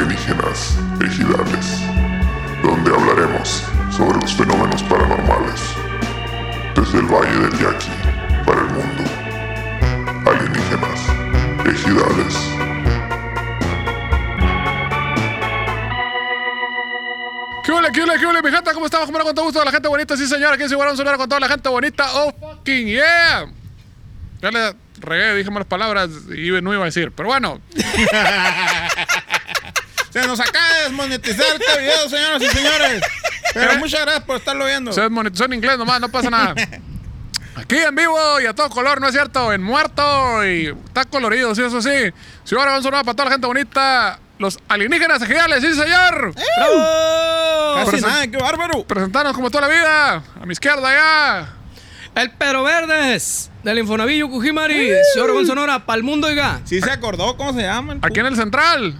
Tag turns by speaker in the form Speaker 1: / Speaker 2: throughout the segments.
Speaker 1: Leyendas Ejidales, donde hablaremos sobre los fenómenos paranormales desde el Valle del Yaqui para el mundo. Alienígenas, ejidales.
Speaker 2: ¿Qué hola, qué hola, qué hola, mi gente? ¿Cómo estamos? ¿Cómo andan? con todo gusto? Con La gente bonita, sí señor, aquí se guarda un celular con toda la gente bonita. Oh, fucking yeah. Ya le regué, dije malas palabras y no iba a decir, pero bueno.
Speaker 3: Se nos acaba de desmonetizar este video, señoras y señores.
Speaker 4: ¿Eh?
Speaker 3: Pero muchas gracias por estarlo viendo.
Speaker 2: Se desmonetizó en inglés nomás, no pasa nada. Aquí en vivo y a todo color, ¿no es cierto? En muerto y está colorido, sí, eso sí. Si ahora vamos a sonar para toda la gente bonita, los alienígenas ejidales, sí,
Speaker 3: ¿Eh?
Speaker 2: señor.
Speaker 3: Casi
Speaker 2: Pero se-
Speaker 3: nada, qué bárbaro.
Speaker 2: Presentarnos como toda la vida. A mi izquierda ya.
Speaker 4: El Pero Verdes del Infonavillo Cujimari, Señor con Sonora, pa'l mundo, oiga.
Speaker 3: Sí se acordó cómo se llama. el
Speaker 2: Aquí en el central.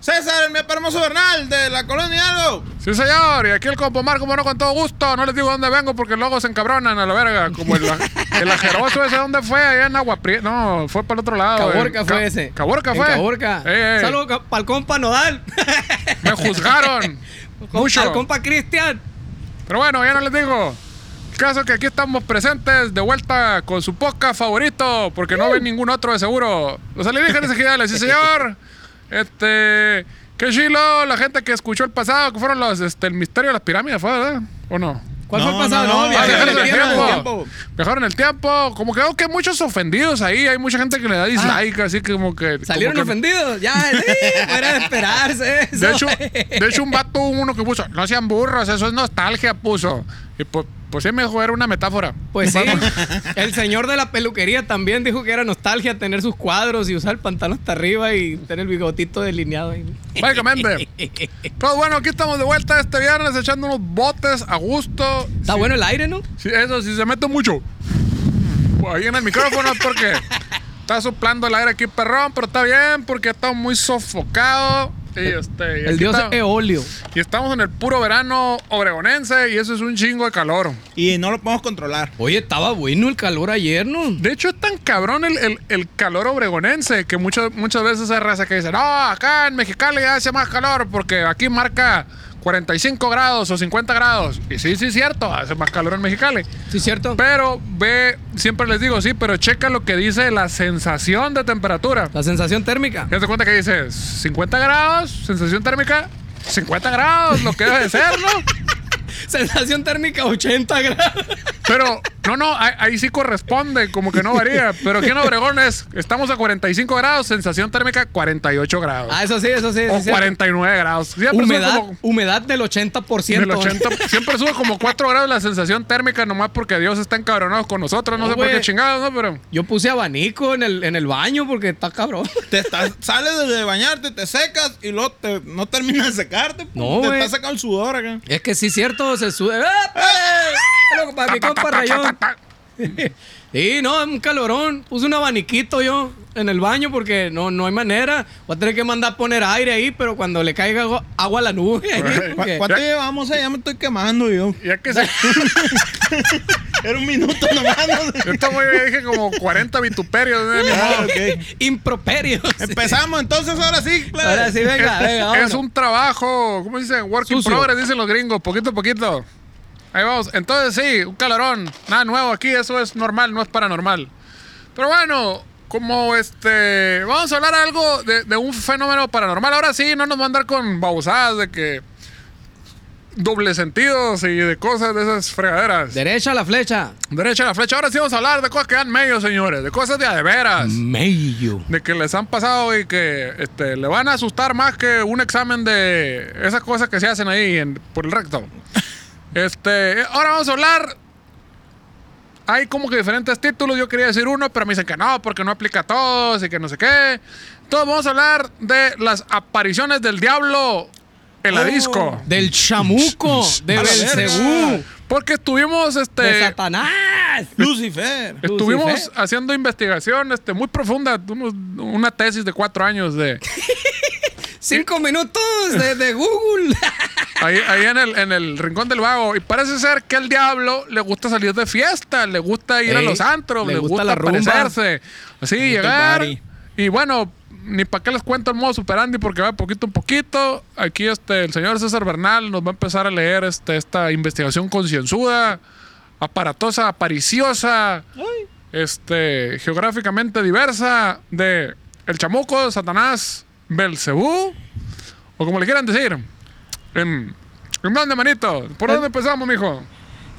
Speaker 3: César, el mi hermoso Bernal, de la colonia Algo.
Speaker 2: Sí, señor. Y aquí el compo Marco, bueno, con todo gusto. No les digo dónde vengo porque luego se encabronan a la verga. Como el, el ajeroso ese, ¿dónde fue? Allá en Agua Prieta. No, fue para el otro lado.
Speaker 4: Caborca
Speaker 2: En
Speaker 4: fue
Speaker 2: Ca-
Speaker 4: ese.
Speaker 2: Caborca
Speaker 4: En
Speaker 2: fue. Eh,
Speaker 4: Caborca.
Speaker 2: Ey, ey.
Speaker 4: Saludos ca- pa'l compa Nodal.
Speaker 2: Me juzgaron.
Speaker 4: Al
Speaker 2: mucho.
Speaker 4: compa Cristian.
Speaker 2: Pero bueno, ya no les digo. El caso es que aquí estamos presentes de vuelta con su podcast favorito, porque no
Speaker 4: Uh.
Speaker 2: ven ningún otro de seguro. Los alienígenas ejidales, sí señor. Este, qué chilo, la gente que escuchó el pasado, que fueron los, este, el misterio de las pirámides, ¿fue, verdad? ¿O no?
Speaker 4: ¿Cuál fue
Speaker 3: No,
Speaker 4: el pasado?
Speaker 3: no, no,
Speaker 2: Ah,
Speaker 4: viajaron
Speaker 2: viajaron en el
Speaker 3: viajaron
Speaker 2: tiempo.
Speaker 3: tiempo.
Speaker 2: Viajaron en el tiempo. Como creo que hay muchos ofendidos ahí, hay mucha gente que le da dislike, así que como que... como
Speaker 4: Ah. Salieron
Speaker 2: que-
Speaker 4: ofendidos. Ya, sí, fuera de esperarse. eso.
Speaker 2: de hecho, de hecho, un vato, uno que puso, no sean burros, eso es nostalgia, puso. Y pues, pues sí, mejor era una metáfora.
Speaker 4: Pues sí. El señor de la peluquería también dijo que era nostalgia tener sus cuadros y usar el pantalón hasta arriba y tener el bigotito delineado ahí.
Speaker 2: Básicamente. Pero bueno, aquí estamos de vuelta este viernes echando unos botes a gusto.
Speaker 4: Está bueno el aire, ¿no?
Speaker 2: Sí, eso, si se mete mucho. Ahí en el micrófono es porque está soplando el aire aquí, perrón, pero está bien porque está muy sofocado. Y este, y
Speaker 4: El
Speaker 2: aquí
Speaker 4: dios E
Speaker 2: está-
Speaker 4: eolio.
Speaker 2: Y estamos en el puro verano obregonense y eso es un chingo de calor.
Speaker 3: Y no lo podemos controlar.
Speaker 4: Oye, estaba bueno el calor ayer, ¿no?
Speaker 2: De hecho, es tan cabrón el, el- el calor obregonense que muchas muchas veces hay raza que dice, no, acá en Mexicali hace más calor porque aquí marca 45 grados o 50 grados. Y sí, sí, es cierto, hace más calor en Mexicali.
Speaker 4: Sí, cierto.
Speaker 2: Pero ve, siempre les digo, sí, pero checa lo que dice la sensación de temperatura.
Speaker 4: La sensación térmica.
Speaker 2: Ya te cuenta que dice 50 grados, sensación térmica, 50 grados, lo que debe de ser, ¿no?
Speaker 4: Sensación térmica 80 grados.
Speaker 2: Pero, no, no, ahí, ahí sí corresponde, como que no varía. Pero aquí en Obregón es, estamos a 45 grados, sensación térmica 48 grados.
Speaker 4: Ah, eso sí, eso sí. sí,
Speaker 2: o
Speaker 4: sí.
Speaker 2: 49 grados. Siempre
Speaker 4: Humedad,
Speaker 2: sube como
Speaker 4: humedad del 80%.
Speaker 2: del 80, siempre sube como 4 grados la sensación térmica, nomás porque Dios está encabronado con nosotros. No
Speaker 4: No,
Speaker 2: sé por qué
Speaker 4: güey.
Speaker 2: chingados, ¿no? Pero.
Speaker 4: Yo puse abanico en el, en el baño porque está cabrón.
Speaker 3: Te estás, sales de bañarte, te secas y luego te, no terminas de secarte. pues.
Speaker 4: No,
Speaker 3: te
Speaker 4: güey.
Speaker 3: estás sacando el sudor acá.
Speaker 4: Es que sí, cierto, se sube. ¡Ah!
Speaker 3: ¡Ey!
Speaker 4: Pero para mi compa Rayón. Sí, no, es un calorón. Puse un abaniquito yo en el baño porque no, no hay manera. Voy a tener que mandar a poner aire ahí, pero cuando le caiga agua- agua a la nube. ahí,
Speaker 2: Güey.
Speaker 3: ¿Cu-
Speaker 4: porque-
Speaker 3: ¿Cuánto llevamos? eh? Ya me estoy quemando yo.
Speaker 2: Ya que se.
Speaker 3: Era un minuto nomás. no sé.
Speaker 2: Yo estaba- yo dije como 40 vituperios. ¿no? Ni modo.
Speaker 3: Ah, ok.
Speaker 4: Improperios.
Speaker 3: Empezamos entonces, ahora sí. plebe.
Speaker 4: Ahora sí, venga, venga.
Speaker 2: es,
Speaker 4: vámonos.
Speaker 2: un trabajo, ¿cómo se dice? Work in
Speaker 4: Sucio.
Speaker 2: progress, dicen los gringos, poquito a poquito. Ahí vamos. Entonces sí, un calorón, nada nuevo aquí, eso es normal, no es paranormal. Pero bueno, como este, vamos a hablar algo de, de un fenómeno paranormal. Ahora sí, no nos va a andar con babosadas de que doble sentidos y de cosas de esas fregaderas.
Speaker 4: Derecha a la flecha.
Speaker 2: Derecha a la flecha. Ahora sí vamos a hablar de cosas que dan medio, señores, de cosas de a de veras
Speaker 4: Mello.
Speaker 2: de que les han pasado y que este, le van a asustar más que un examen de esas cosas que se hacen ahí en- por el recto. Este, ahora vamos a hablar. Hay como que diferentes títulos. Yo quería decir uno, pero me dicen que no, porque no aplica a todos y que no sé qué. Entonces vamos a hablar de las apariciones del diablo en la disco.
Speaker 4: Del chamuco, de
Speaker 3: A la verga.
Speaker 4: Belcebú,
Speaker 2: Porque estuvimos, este,
Speaker 4: de Satanás.
Speaker 3: Lucifer.
Speaker 2: Estuvimos
Speaker 4: Lucifer.
Speaker 2: haciendo investigación este, muy profunda, tuvimos una tesis de cuatro años de,
Speaker 4: Cinco minutos de, de Google.
Speaker 2: Ahí, ahí en, el, en el rincón del vago. Y parece ser que al diablo le gusta salir de fiesta, le gusta ir a
Speaker 4: Ey,
Speaker 2: los antros,
Speaker 4: le
Speaker 2: le
Speaker 4: gusta
Speaker 2: gusta,
Speaker 4: la rumba.
Speaker 2: aparecerse. Así,
Speaker 3: gusta el
Speaker 2: este, llegar.
Speaker 3: party.
Speaker 2: Y bueno, ni para qué les cuento el modo superandi porque va de poquito en poquito. Aquí este, el señor César Bernal nos va a empezar a leer este, esta investigación concienzuda, aparatosa, apariciosa, este, geográficamente diversa de El Chamuco, Satanás, Belcebú, o como le quieran decir. ¿En, ¿en dónde, manito? ¿Por
Speaker 3: Eh.
Speaker 2: dónde empezamos, mijo?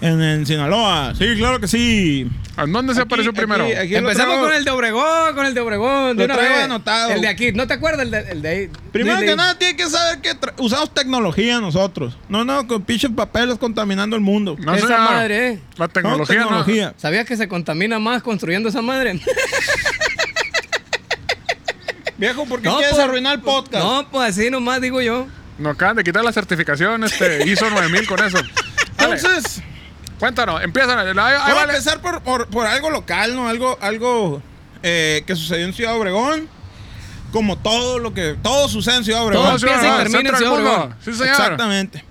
Speaker 3: En, en Sinaloa. Sí, claro que sí.
Speaker 2: ¿En dónde se apareció
Speaker 3: Aquí-
Speaker 2: primero?
Speaker 3: aquí- aquí lo
Speaker 4: Empezamos
Speaker 3: traigo-
Speaker 4: con el de Obregón, con el de Obregón.
Speaker 3: Lo
Speaker 4: De una
Speaker 3: traigo
Speaker 4: vez.
Speaker 3: anotado.
Speaker 4: El de aquí. ¿No te acuerdas? El de, el de ahí.
Speaker 3: Primero
Speaker 4: Dile
Speaker 3: que
Speaker 4: ahí.
Speaker 3: nada, tiene que saber que tra- usamos tecnología nosotros. No, no, con pinches papeles contaminando el mundo.
Speaker 2: No,
Speaker 4: esa
Speaker 2: señor.
Speaker 4: madre, eh.
Speaker 2: La tecnología,
Speaker 3: Somos tecnología.
Speaker 4: ¿Sabías que se contamina más construyendo esa madre?
Speaker 3: Viejo, ¿por qué
Speaker 4: No,
Speaker 3: quieres
Speaker 4: pues-
Speaker 3: arruinar el podcast?
Speaker 4: No, pues así nomás digo yo.
Speaker 2: ¿no? Nos acaban de quitar la certificación, este, ISO 9000 con eso. Dale,
Speaker 3: Entonces,
Speaker 2: cuéntanos, empieza. Ahí, ahí
Speaker 3: vamos a
Speaker 2: vale.
Speaker 3: empezar por, por- por algo local, ¿no? Algo, algo eh, que sucedió en Ciudad Obregón. Como todo lo que. Todo sucede en Ciudad Obregón.
Speaker 4: Todo empieza y
Speaker 2: señor, ah,
Speaker 4: termina en
Speaker 2: centro del
Speaker 4: Ciudad
Speaker 2: mundo.
Speaker 4: Obregón.
Speaker 2: Sí, señor.
Speaker 3: Exactamente.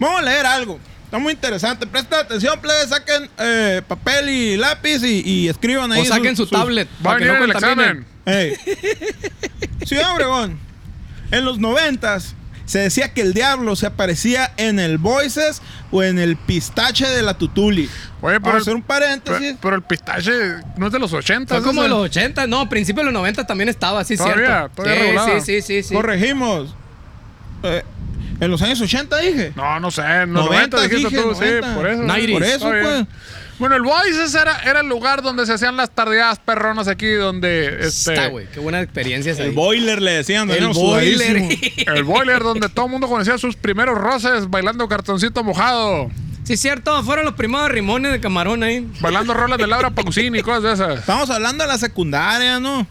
Speaker 3: Vamos a leer algo. Está muy interesante. Presta atención, plebe. Saquen eh, papel y lápiz y, y escriban ahí.
Speaker 4: O saquen su,
Speaker 3: sus- sus-
Speaker 4: tablet.
Speaker 2: Va a
Speaker 4: para que
Speaker 2: venir
Speaker 4: no
Speaker 2: el
Speaker 4: contaminen.
Speaker 2: examen.
Speaker 3: Ey. Ciudad Obregón. En los noventas se decía que el diablo se aparecía en el Voices o en el pistache de la Tutuli.
Speaker 2: Oye,
Speaker 3: Vamos
Speaker 2: pero
Speaker 3: a
Speaker 2: el-
Speaker 3: hacer un
Speaker 2: Pero,
Speaker 3: paréntesis.
Speaker 2: pero el pistache no es de los 80.
Speaker 4: Fue
Speaker 2: es
Speaker 4: como
Speaker 2: ese.
Speaker 4: de los 80, no, principios de los 90 también estaba, sí,
Speaker 2: Todavía,
Speaker 4: cierto.
Speaker 2: todavía
Speaker 4: sí,
Speaker 2: regulaba.
Speaker 4: sí, sí, sí, sí.
Speaker 3: Corregimos. Eh, en los años 80 dije.
Speaker 2: No, no sé, en los 90,
Speaker 3: 90,
Speaker 2: dijiste
Speaker 3: dije,
Speaker 2: tú,
Speaker 3: 90.
Speaker 2: sí, por eso.
Speaker 4: 90s.
Speaker 3: Por eso,
Speaker 2: Está bien.
Speaker 3: pues.
Speaker 2: Bueno, el Voices era, era el lugar donde se hacían las tardeadas perronas aquí, donde este,
Speaker 4: Está, güey, qué buena experiencia esa.
Speaker 3: El
Speaker 4: ahí.
Speaker 3: boiler le decían.
Speaker 4: El
Speaker 3: era
Speaker 4: boiler.
Speaker 3: sudadísimo.
Speaker 2: el boiler, donde todo el mundo conocía sus primeros roces, bailando cartoncito mojado,
Speaker 4: Sí, cierto, fueron los primeros rimones de camarón ahí.
Speaker 2: bailando rolas de Laura Pausini y cosas de esas.
Speaker 3: Estamos hablando de la secundaria, ¿no?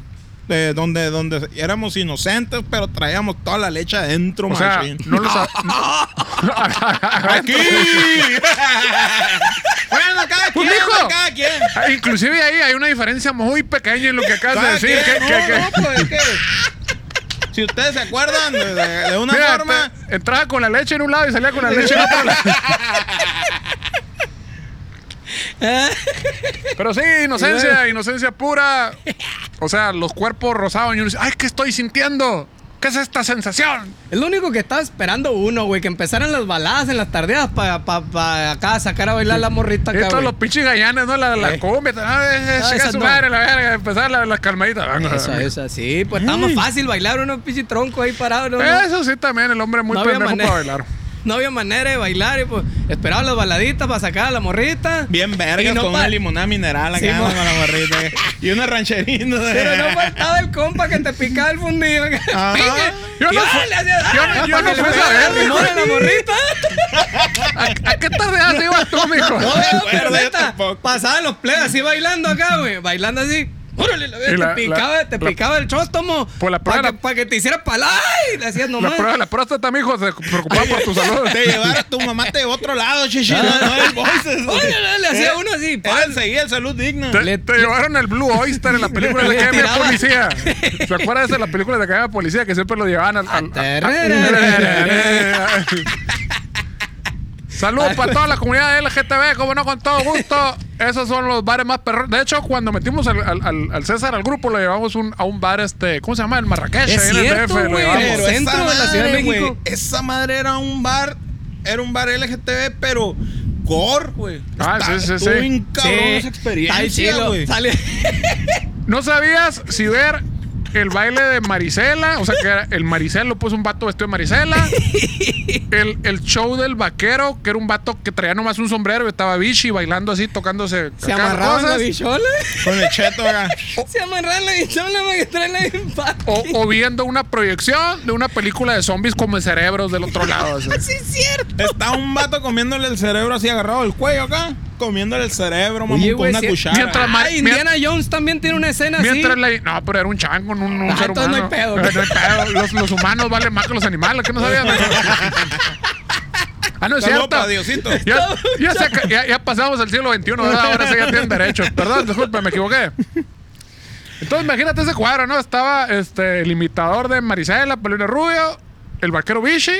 Speaker 3: De donde, donde éramos inocentes, pero traíamos toda la leche adentro,
Speaker 2: O sea,
Speaker 3: machín.
Speaker 2: no los. a-
Speaker 3: ¡Aquí! bueno, cada quien,
Speaker 2: hijo.
Speaker 3: pues, cada quien.
Speaker 2: Ah, Inclusive ahí hay una diferencia muy pequeña en lo que acabas de decir.
Speaker 3: Cada quien.
Speaker 2: que- que- que-
Speaker 3: No, no, pues, es que Si ustedes se acuerdan de, de- de una
Speaker 2: Mira,
Speaker 3: forma...
Speaker 2: te- entraba con la leche en un lado y salía con la leche en otro lado. Pero sí, inocencia, inocencia pura. O sea, los cuerpos rosados y uno dice, ay, ¿qué estoy sintiendo? ¿Qué es esta sensación?
Speaker 4: Es lo único que estaba esperando uno, güey, que empezaran las baladas en las tardeadas para acá sacar a bailar la morrita
Speaker 2: Y
Speaker 4: acá,
Speaker 2: todos
Speaker 4: güey.
Speaker 2: los pinches gallanes, ¿no? La, la
Speaker 4: Eh.
Speaker 2: cumbia, ah, es- es-
Speaker 4: Ah,
Speaker 2: chica
Speaker 4: esas
Speaker 2: su
Speaker 4: no.
Speaker 2: madre, la verga, empezar la- las calmaditas.
Speaker 4: Esa, esa, sí, pues está más fácil bailar unos pinche troncos ahí parados. ¿no? No,
Speaker 2: Eso sí también, el hombre es muy
Speaker 4: No había
Speaker 2: pendejo para
Speaker 4: manera.
Speaker 2: bailar.
Speaker 4: No había manera de bailar y pues esperaba las baladitas para sacar a la morrita.
Speaker 3: Bien verga,
Speaker 4: Y no
Speaker 3: con
Speaker 4: pa-
Speaker 3: una limonada mineral acá
Speaker 4: Sí, mo-
Speaker 3: con la barrita. Y una rancherina.
Speaker 4: Pero no faltaba el compa que te picaba el fundido.
Speaker 3: Ajá.
Speaker 2: Yo no fui- yo no- yo no fui a saber,
Speaker 4: el limón a la morrita.
Speaker 2: ¿A, a qué tardeadas ibas tú, mijo?
Speaker 3: No,
Speaker 4: No,
Speaker 3: bueno,
Speaker 4: pero
Speaker 3: yo
Speaker 4: neta,
Speaker 3: tampoco.
Speaker 4: pasaban los plebes así bailando acá, güey. Bailando así. Órale, la,
Speaker 2: Y
Speaker 4: verga,
Speaker 2: la-
Speaker 4: te picaba,
Speaker 2: la-
Speaker 4: te
Speaker 2: la-
Speaker 4: picaba el chóstomo.
Speaker 2: Pues la prueba
Speaker 4: Para que,
Speaker 2: era-
Speaker 4: pa' que te hiciera palay. Le hacías
Speaker 2: La
Speaker 4: nomás.
Speaker 2: prueba de la próstata, mijo, se preocupaba por tu salud.
Speaker 3: Te llevaron, tu mamá te llevó a otro lado, chichi. No, no, el voices.
Speaker 4: Órale, le hacía uno así.
Speaker 3: Era
Speaker 4: pal.
Speaker 3: enseguida el salud digna.
Speaker 2: Te,
Speaker 4: Le-
Speaker 2: te llevaron el Blue Oyster en la película de
Speaker 4: Le
Speaker 2: Academia
Speaker 4: tiraba.
Speaker 2: Policía. ¿Se acuerdas de la película de Academia Policía que siempre lo llevaban al. al-
Speaker 4: Atarararara.
Speaker 2: Saludos para toda la comunidad de LGTB, como no, con todo gusto. Esos son los bares más perros. De hecho, cuando metimos al, al- al- al César al grupo, lo llevamos un- a un bar, este, ¿cómo se llama? El Marrakech,
Speaker 4: Es
Speaker 2: ahí en
Speaker 4: cierto,
Speaker 2: el DF. Lo
Speaker 4: güey.
Speaker 2: llevamos.
Speaker 4: Pero centro
Speaker 3: esa
Speaker 4: de la Ciudad de
Speaker 3: madre,
Speaker 4: México.
Speaker 3: güey, esa madre era un bar, era un bar LGTB, pero gore, güey.
Speaker 2: Ah,
Speaker 3: Está-
Speaker 2: sí, sí,
Speaker 3: estuvo
Speaker 2: sí.
Speaker 3: bien cabrón esa
Speaker 4: Ay,
Speaker 3: experiencia,
Speaker 4: chilo.
Speaker 3: güey.
Speaker 4: Sale.
Speaker 2: ¿No sabías si ver el baile de Marisela? O sea, que era el Maricel lo puso un vato vestido de Marisela. El, el show del vaquero, que era un vato que traía nomás un sombrero y estaba bichi bailando así, tocándose.
Speaker 4: Se
Speaker 2: acá
Speaker 4: amarraban la
Speaker 2: cosas.
Speaker 4: bichola.
Speaker 3: Con el cheto acá.
Speaker 4: Se amarraban la bichola para que traen la empate.
Speaker 2: o, o viendo una proyección de una película de zombies como cerebros del otro lado. o sea.
Speaker 4: Ah, Sí, es cierto.
Speaker 3: Está un vato comiéndole el cerebro así agarrado del cuello acá. Comiéndole el cerebro, mamón,
Speaker 4: Oye,
Speaker 3: con
Speaker 4: güey,
Speaker 3: una
Speaker 4: sí-
Speaker 3: cuchara.
Speaker 2: Mientras-
Speaker 4: Ah, Indiana Jones también tiene una escena así.
Speaker 2: Mientras la- No, pero era un chango, un, un
Speaker 4: Ah,
Speaker 2: ser
Speaker 4: entonces
Speaker 2: humano.
Speaker 4: no hay pedo,
Speaker 2: Eh,
Speaker 4: ¿no?
Speaker 2: no hay pedo. Los, los humanos valen más que los animales, que no sabían. ah, no es cierto.
Speaker 3: Saludos pa' Diosito.
Speaker 2: Ya, ya, se aca- ya- ya pasamos al siglo XXI, ¿verdad? ahora sí ya tienen derecho. Perdón, disculpe, me equivoqué. Entonces, imagínate ese cuadro, ¿no? Estaba este, el imitador de Marisela, Paulina Rubio, el vaquero Vichy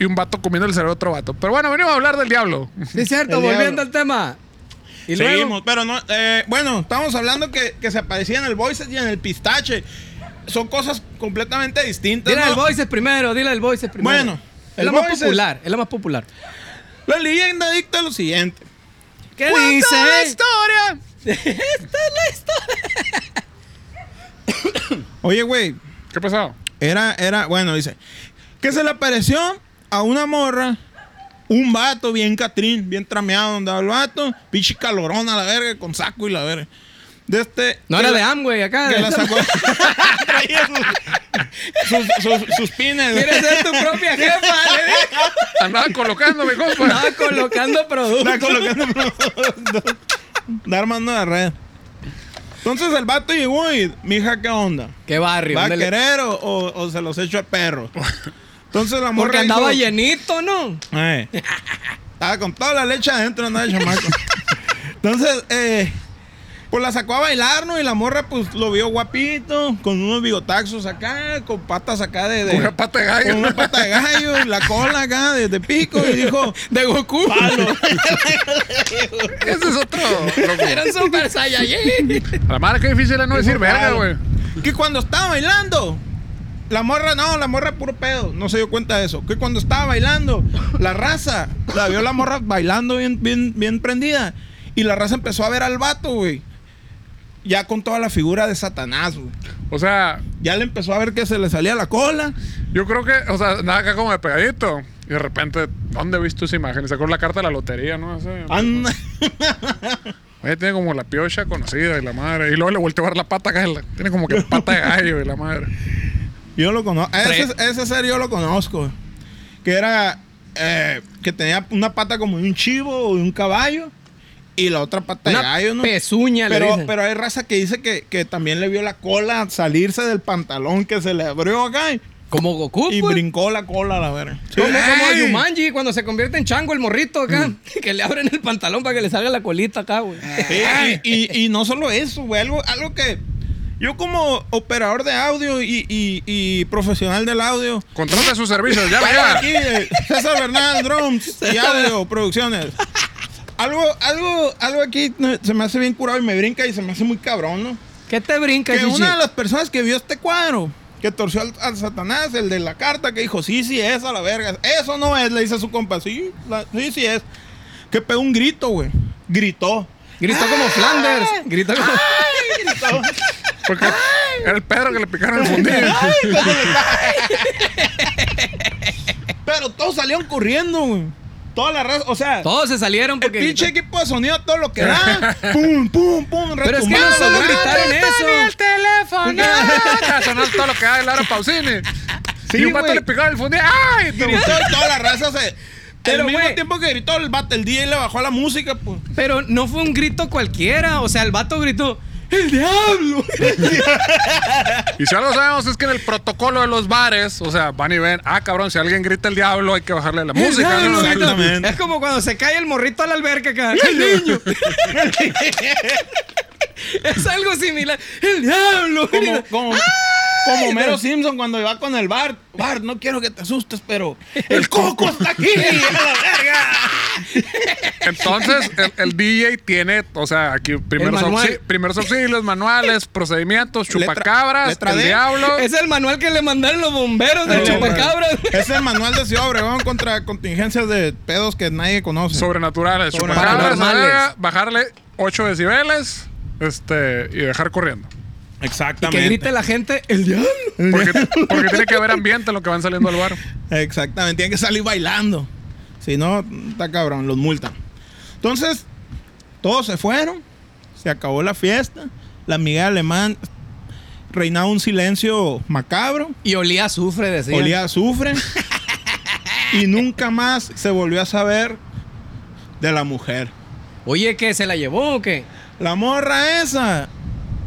Speaker 2: y un vato comiendo el cerebro de otro vato. Pero bueno, venimos a hablar del diablo.
Speaker 4: Sí, es cierto,
Speaker 3: El
Speaker 4: volviendo
Speaker 3: diablo.
Speaker 4: al tema. Y
Speaker 3: Seguimos,
Speaker 4: luego,
Speaker 3: pero no, eh, bueno, estamos hablando que, que se aparecía en el Voices y en el Pistache. son cosas completamente distintas.
Speaker 4: Dile
Speaker 3: ¿no?
Speaker 4: al Voices primero, dile al Voices primero.
Speaker 3: Bueno,
Speaker 4: es
Speaker 3: el
Speaker 4: la más
Speaker 3: Voices.
Speaker 4: popular, es la más popular.
Speaker 3: La leyenda dicta lo siguiente.
Speaker 4: ¿Qué
Speaker 3: Cuenta
Speaker 4: dice?
Speaker 3: la historia. Oye, güey,
Speaker 2: ¿Qué pasó?
Speaker 3: era, era, bueno, dice, que se le apareció a una morra, un vato bien catrín, bien trameado, andaba el vato, pinche calorón a la verga, con saco y la verga. De este,
Speaker 4: No
Speaker 3: que
Speaker 4: era
Speaker 3: la-
Speaker 4: de Amway acá.
Speaker 3: Que la sacó. Traía sus, sus, sus- sus pines.
Speaker 4: ¿Quieres ser tu propia jefa? Le dije.
Speaker 2: Andaba colocando, mi compa.
Speaker 4: Estaba colocando productos.
Speaker 3: Está colocando productos. Está armando la red. Entonces el vato llegó y, mija, ¿qué onda?
Speaker 4: ¿Qué barrio?
Speaker 3: ¿Va a
Speaker 4: ándale.
Speaker 3: querer o, o- o se los echo al perro? Entonces la morra
Speaker 4: Porque andaba
Speaker 3: dijo,
Speaker 4: llenito, ¿no?
Speaker 3: Eh, estaba con toda la leche adentro, andaba el chamaco. Entonces, eh, pues la sacó a bailar, ¿no? Y la morra, pues lo vio guapito, con unos bigotaxos acá, con patas acá de. de-
Speaker 2: Una pata de gallo.
Speaker 3: con una pata de gallo, y la cola acá de, de pico, y dijo.
Speaker 4: De Goku.
Speaker 2: Ese es otro. loco.
Speaker 4: Era un super saiyajin.
Speaker 2: La madre que difícil es no decir verga, güey.
Speaker 3: Que cuando estaba bailando, la morra, no, la morra puro pedo, no se dio cuenta de eso. Que cuando estaba bailando, la raza, la vio la morra bailando bien, bien, bien prendida. Y la raza empezó a ver al vato, güey. Ya con toda la figura de Satanás, güey.
Speaker 2: O sea,
Speaker 3: Ya le empezó a ver que se le salía la cola.
Speaker 2: yo creo que, o sea, nada acá como de pegadito. Y de repente, ¿dónde viste esa imagen? Y sacó la carta de la lotería, ¿no? Así,
Speaker 3: Anda.
Speaker 2: Oye, tiene como la piocha conocida y la madre. Y luego le volteó a ver la pata acá. y la- Tiene como que pata de gallo y la madre.
Speaker 3: Yo lo conozco. Ese,
Speaker 4: Tres.
Speaker 3: ese ser yo lo conozco. Que era. eh, que tenía una pata como de un chivo o de un caballo. Y la otra pata
Speaker 4: Una
Speaker 3: de gallo, ¿no?
Speaker 4: pezuña, le
Speaker 3: pero,
Speaker 4: dicen.
Speaker 3: pero hay raza que dice que, que también le vio la cola salirse del pantalón que se le abrió acá y,
Speaker 4: Como Goku,
Speaker 3: y
Speaker 4: pues.
Speaker 3: brincó la cola a la verga.
Speaker 4: Como, como
Speaker 2: ¡Ey!
Speaker 4: Yumanji cuando se convierte en chango el morrito acá.
Speaker 3: Mm.
Speaker 4: Que le abren el pantalón para que le salga la colita acá, güey.
Speaker 3: Sí, y, y- y no solo eso, güey, algo, algo que yo como operador de audio y, y- y profesional del audio,
Speaker 2: Contrata sus servicios, ya
Speaker 3: Algo
Speaker 2: verá.
Speaker 3: aquí de César Bernal Drums y Audio Producciones. Algo, algo, algo aquí eh, se me hace bien curado y me brinca y se me hace muy cabrón, ¿no?
Speaker 4: ¿Qué te brinca,
Speaker 3: que
Speaker 4: Gigi?
Speaker 3: una de las personas que vio este cuadro, que torció al, al Satanás, el de la carta, que dijo, sí, sí es, a la verga. Eso no es, le dice a su compa, sí, la- sí, sí es. Que pegó un grito, güey. Gritó.
Speaker 4: Gritó como
Speaker 3: Ah.
Speaker 4: Flanders. Gritó como...
Speaker 3: Gritó.
Speaker 2: Porque era el perro que le picaron el fundillo.
Speaker 3: Pero todos salieron corriendo, güey. Toda la raza, o sea,
Speaker 4: Todos se salieron
Speaker 3: el
Speaker 4: porque...
Speaker 3: pinche equipo de sonido a todo lo que da. pum, pum, pum,
Speaker 4: Pero es que no
Speaker 3: retumbando,
Speaker 4: solo
Speaker 3: grande.
Speaker 4: gritaron eso.
Speaker 2: teléfono! Sonar todo lo que da el Lara Pausini.
Speaker 3: Sí,
Speaker 2: y un vato
Speaker 3: güey.
Speaker 2: le picaron el fundillo. ¡Ay! tú!
Speaker 3: Gritó y toda la raza se...
Speaker 4: Pero,
Speaker 3: al mismo
Speaker 4: güey.
Speaker 3: tiempo que gritó el bate, el DJ le bajó la música, pues.
Speaker 4: Pero no fue un grito cualquiera. O sea, el vato gritó... ¡El diablo!
Speaker 2: Y si algo sabemos es que en el protocolo de los bares, o sea, van y ven, ah, cabrón, si alguien grita el diablo, hay que bajarle la música.
Speaker 4: diablo,
Speaker 2: ¿no?
Speaker 4: grita.
Speaker 3: Exactamente.
Speaker 4: Es como cuando se cae el morrito a la alberca acá. ¡El niño! es algo similar. ¡El diablo!
Speaker 3: como, como, como Homero
Speaker 4: no.
Speaker 3: Simpson cuando va con el Bart. Bart, no quiero que te asustes, pero el coco está aquí. a la verga.
Speaker 2: Entonces, el, el DJ tiene, o sea, aquí primeros,
Speaker 4: manual.
Speaker 2: auxi- primeros auxilios, manuales, procedimientos,
Speaker 3: Letra-
Speaker 2: chupacabras,
Speaker 3: letra
Speaker 2: el
Speaker 3: D.
Speaker 2: diablo.
Speaker 4: Es el manual que le mandaron los bomberos del
Speaker 3: Sí,
Speaker 4: chupacabras.
Speaker 3: Es el manual de Ciudad Obregón contra contingencias de pedos que nadie conoce.
Speaker 2: Sobrenaturales,
Speaker 3: Sobrenaturales.
Speaker 2: chupacabras, a ver, bajarle 8 decibeles este, y dejar corriendo.
Speaker 3: Exactamente.
Speaker 4: Que grite la gente, ¡el diablo!
Speaker 2: Porque, porque tiene que haber ambiente en lo que van saliendo al bar.
Speaker 3: Exactamente, tienen que salir bailando. Si no, está cabrón, los multan. Entonces, todos se fueron, se acabó la fiesta, la amiga alemán reinaba un silencio macabro.
Speaker 4: Y olía a azufre, decía.
Speaker 3: olía a azufre y nunca más se volvió a saber de la mujer.
Speaker 4: Oye, ¿qué? ¿Se la llevó o qué?
Speaker 3: La morra esa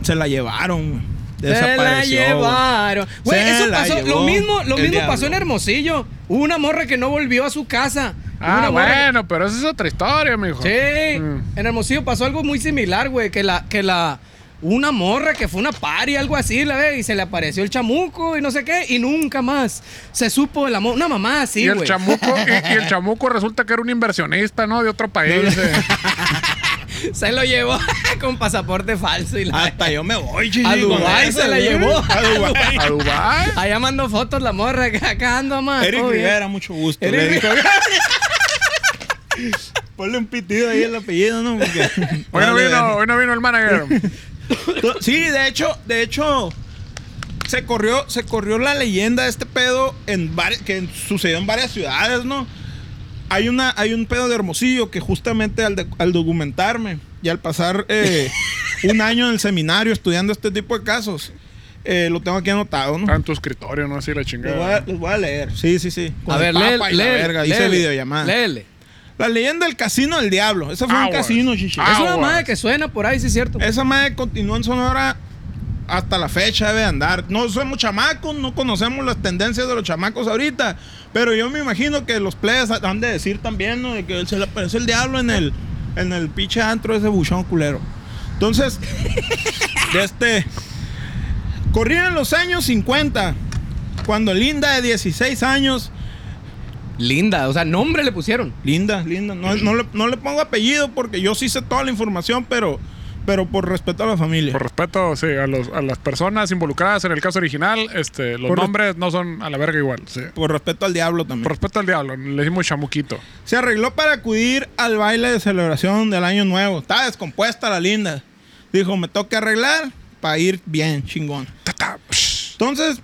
Speaker 3: se la llevaron. güey.
Speaker 4: Se la
Speaker 3: Desapareció.
Speaker 4: llevaron. Güey,
Speaker 3: Se
Speaker 4: eso
Speaker 3: la
Speaker 4: pasó. Lo
Speaker 3: llevó
Speaker 4: mismo, lo
Speaker 3: el
Speaker 4: mismo
Speaker 3: diablo.
Speaker 4: pasó en Hermosillo. Hubo una morra que no volvió a su casa.
Speaker 2: Ah,
Speaker 4: Una morra que-
Speaker 2: bueno, pero esa es otra historia, mijo.
Speaker 4: Sí,
Speaker 2: Mm.
Speaker 4: en Hermosillo pasó algo muy similar, güey, que la, que la, una morra que fue una party, algo así, la ve, y se le apareció el chamuco y no sé qué, y nunca más se supo el amor, una mamá así,
Speaker 2: y el
Speaker 4: güey.
Speaker 2: chamuco y, y el chamuco resulta que era un inversionista no de otro país eh.
Speaker 4: Se lo llevó con pasaporte falso y la...
Speaker 3: Hasta yo me voy, chichi.
Speaker 4: A
Speaker 3: con
Speaker 4: Dubái
Speaker 3: eso,
Speaker 4: se la
Speaker 3: güey.
Speaker 4: llevó.
Speaker 3: A Dubái.
Speaker 2: ¿A Dubái?
Speaker 4: Allá mandó fotos la morra, que acá ando, mamá.
Speaker 3: Ah. Eric
Speaker 4: todo bien.
Speaker 3: Rivera, mucho gusto.
Speaker 4: Eric
Speaker 3: le dijo. Ponle un pitido ahí el apellido, ¿no? Porque-
Speaker 2: Hoy no,
Speaker 3: Dale,
Speaker 2: vino,
Speaker 3: Dani.
Speaker 2: hoy no vino el manager.
Speaker 3: To- Sí, de hecho, de hecho, se corrió, se corrió la leyenda de este pedo en vari- que sucedió en varias ciudades, ¿no? Hay, una, hay un pedo de Hermosillo que justamente al, de- al documentarme y al pasar eh, un año en el seminario estudiando este tipo de casos, eh, lo tengo aquí anotado, ¿no?
Speaker 2: Está en tu escritorio, no así la
Speaker 3: Les voy, a,
Speaker 2: chingada.
Speaker 3: les voy a leer. Sí, sí, sí. Con
Speaker 4: A
Speaker 3: el
Speaker 4: ver,
Speaker 3: Papa
Speaker 4: lee,
Speaker 3: y la
Speaker 4: lee,
Speaker 3: verga, dice
Speaker 4: léele,
Speaker 3: videollamada.
Speaker 4: léele.
Speaker 3: La leyenda del casino del diablo. Ese fue un
Speaker 2: Aguas.
Speaker 3: casino, chichi.
Speaker 2: Ah,
Speaker 4: es una
Speaker 2: güey.
Speaker 4: madre que suena por ahí, sí es cierto.
Speaker 3: Esa madre continúa en Sonora hasta la fecha debe de andar. No somos chamacos, no conocemos las tendencias de los chamacos ahorita, pero yo me imagino que los players han de decir también, ¿no? De que se le aparece el diablo en el, en el pinche antro ese buchón culero. Entonces, de este... Corrían los años 50, cuando Linda de 16 años
Speaker 4: Linda, o sea, nombre le pusieron.
Speaker 3: Linda, linda. No, no, le, no le pongo apellido porque yo sí sé toda la información, pero, pero por respeto a la familia.
Speaker 2: Por respeto, sí, a, los, a las personas involucradas en el caso original, este, los
Speaker 3: Por res-
Speaker 2: nombres no son a la verga igual. sí.
Speaker 3: por respeto al diablo también.
Speaker 2: Por respeto al diablo, le dimos chamuquito.
Speaker 3: Se arregló para acudir al baile de celebración del año nuevo. Estaba descompuesta la linda. Dijo, me toca arreglar para ir bien, chingón.
Speaker 2: Ta, ta, psh.
Speaker 3: Entonces,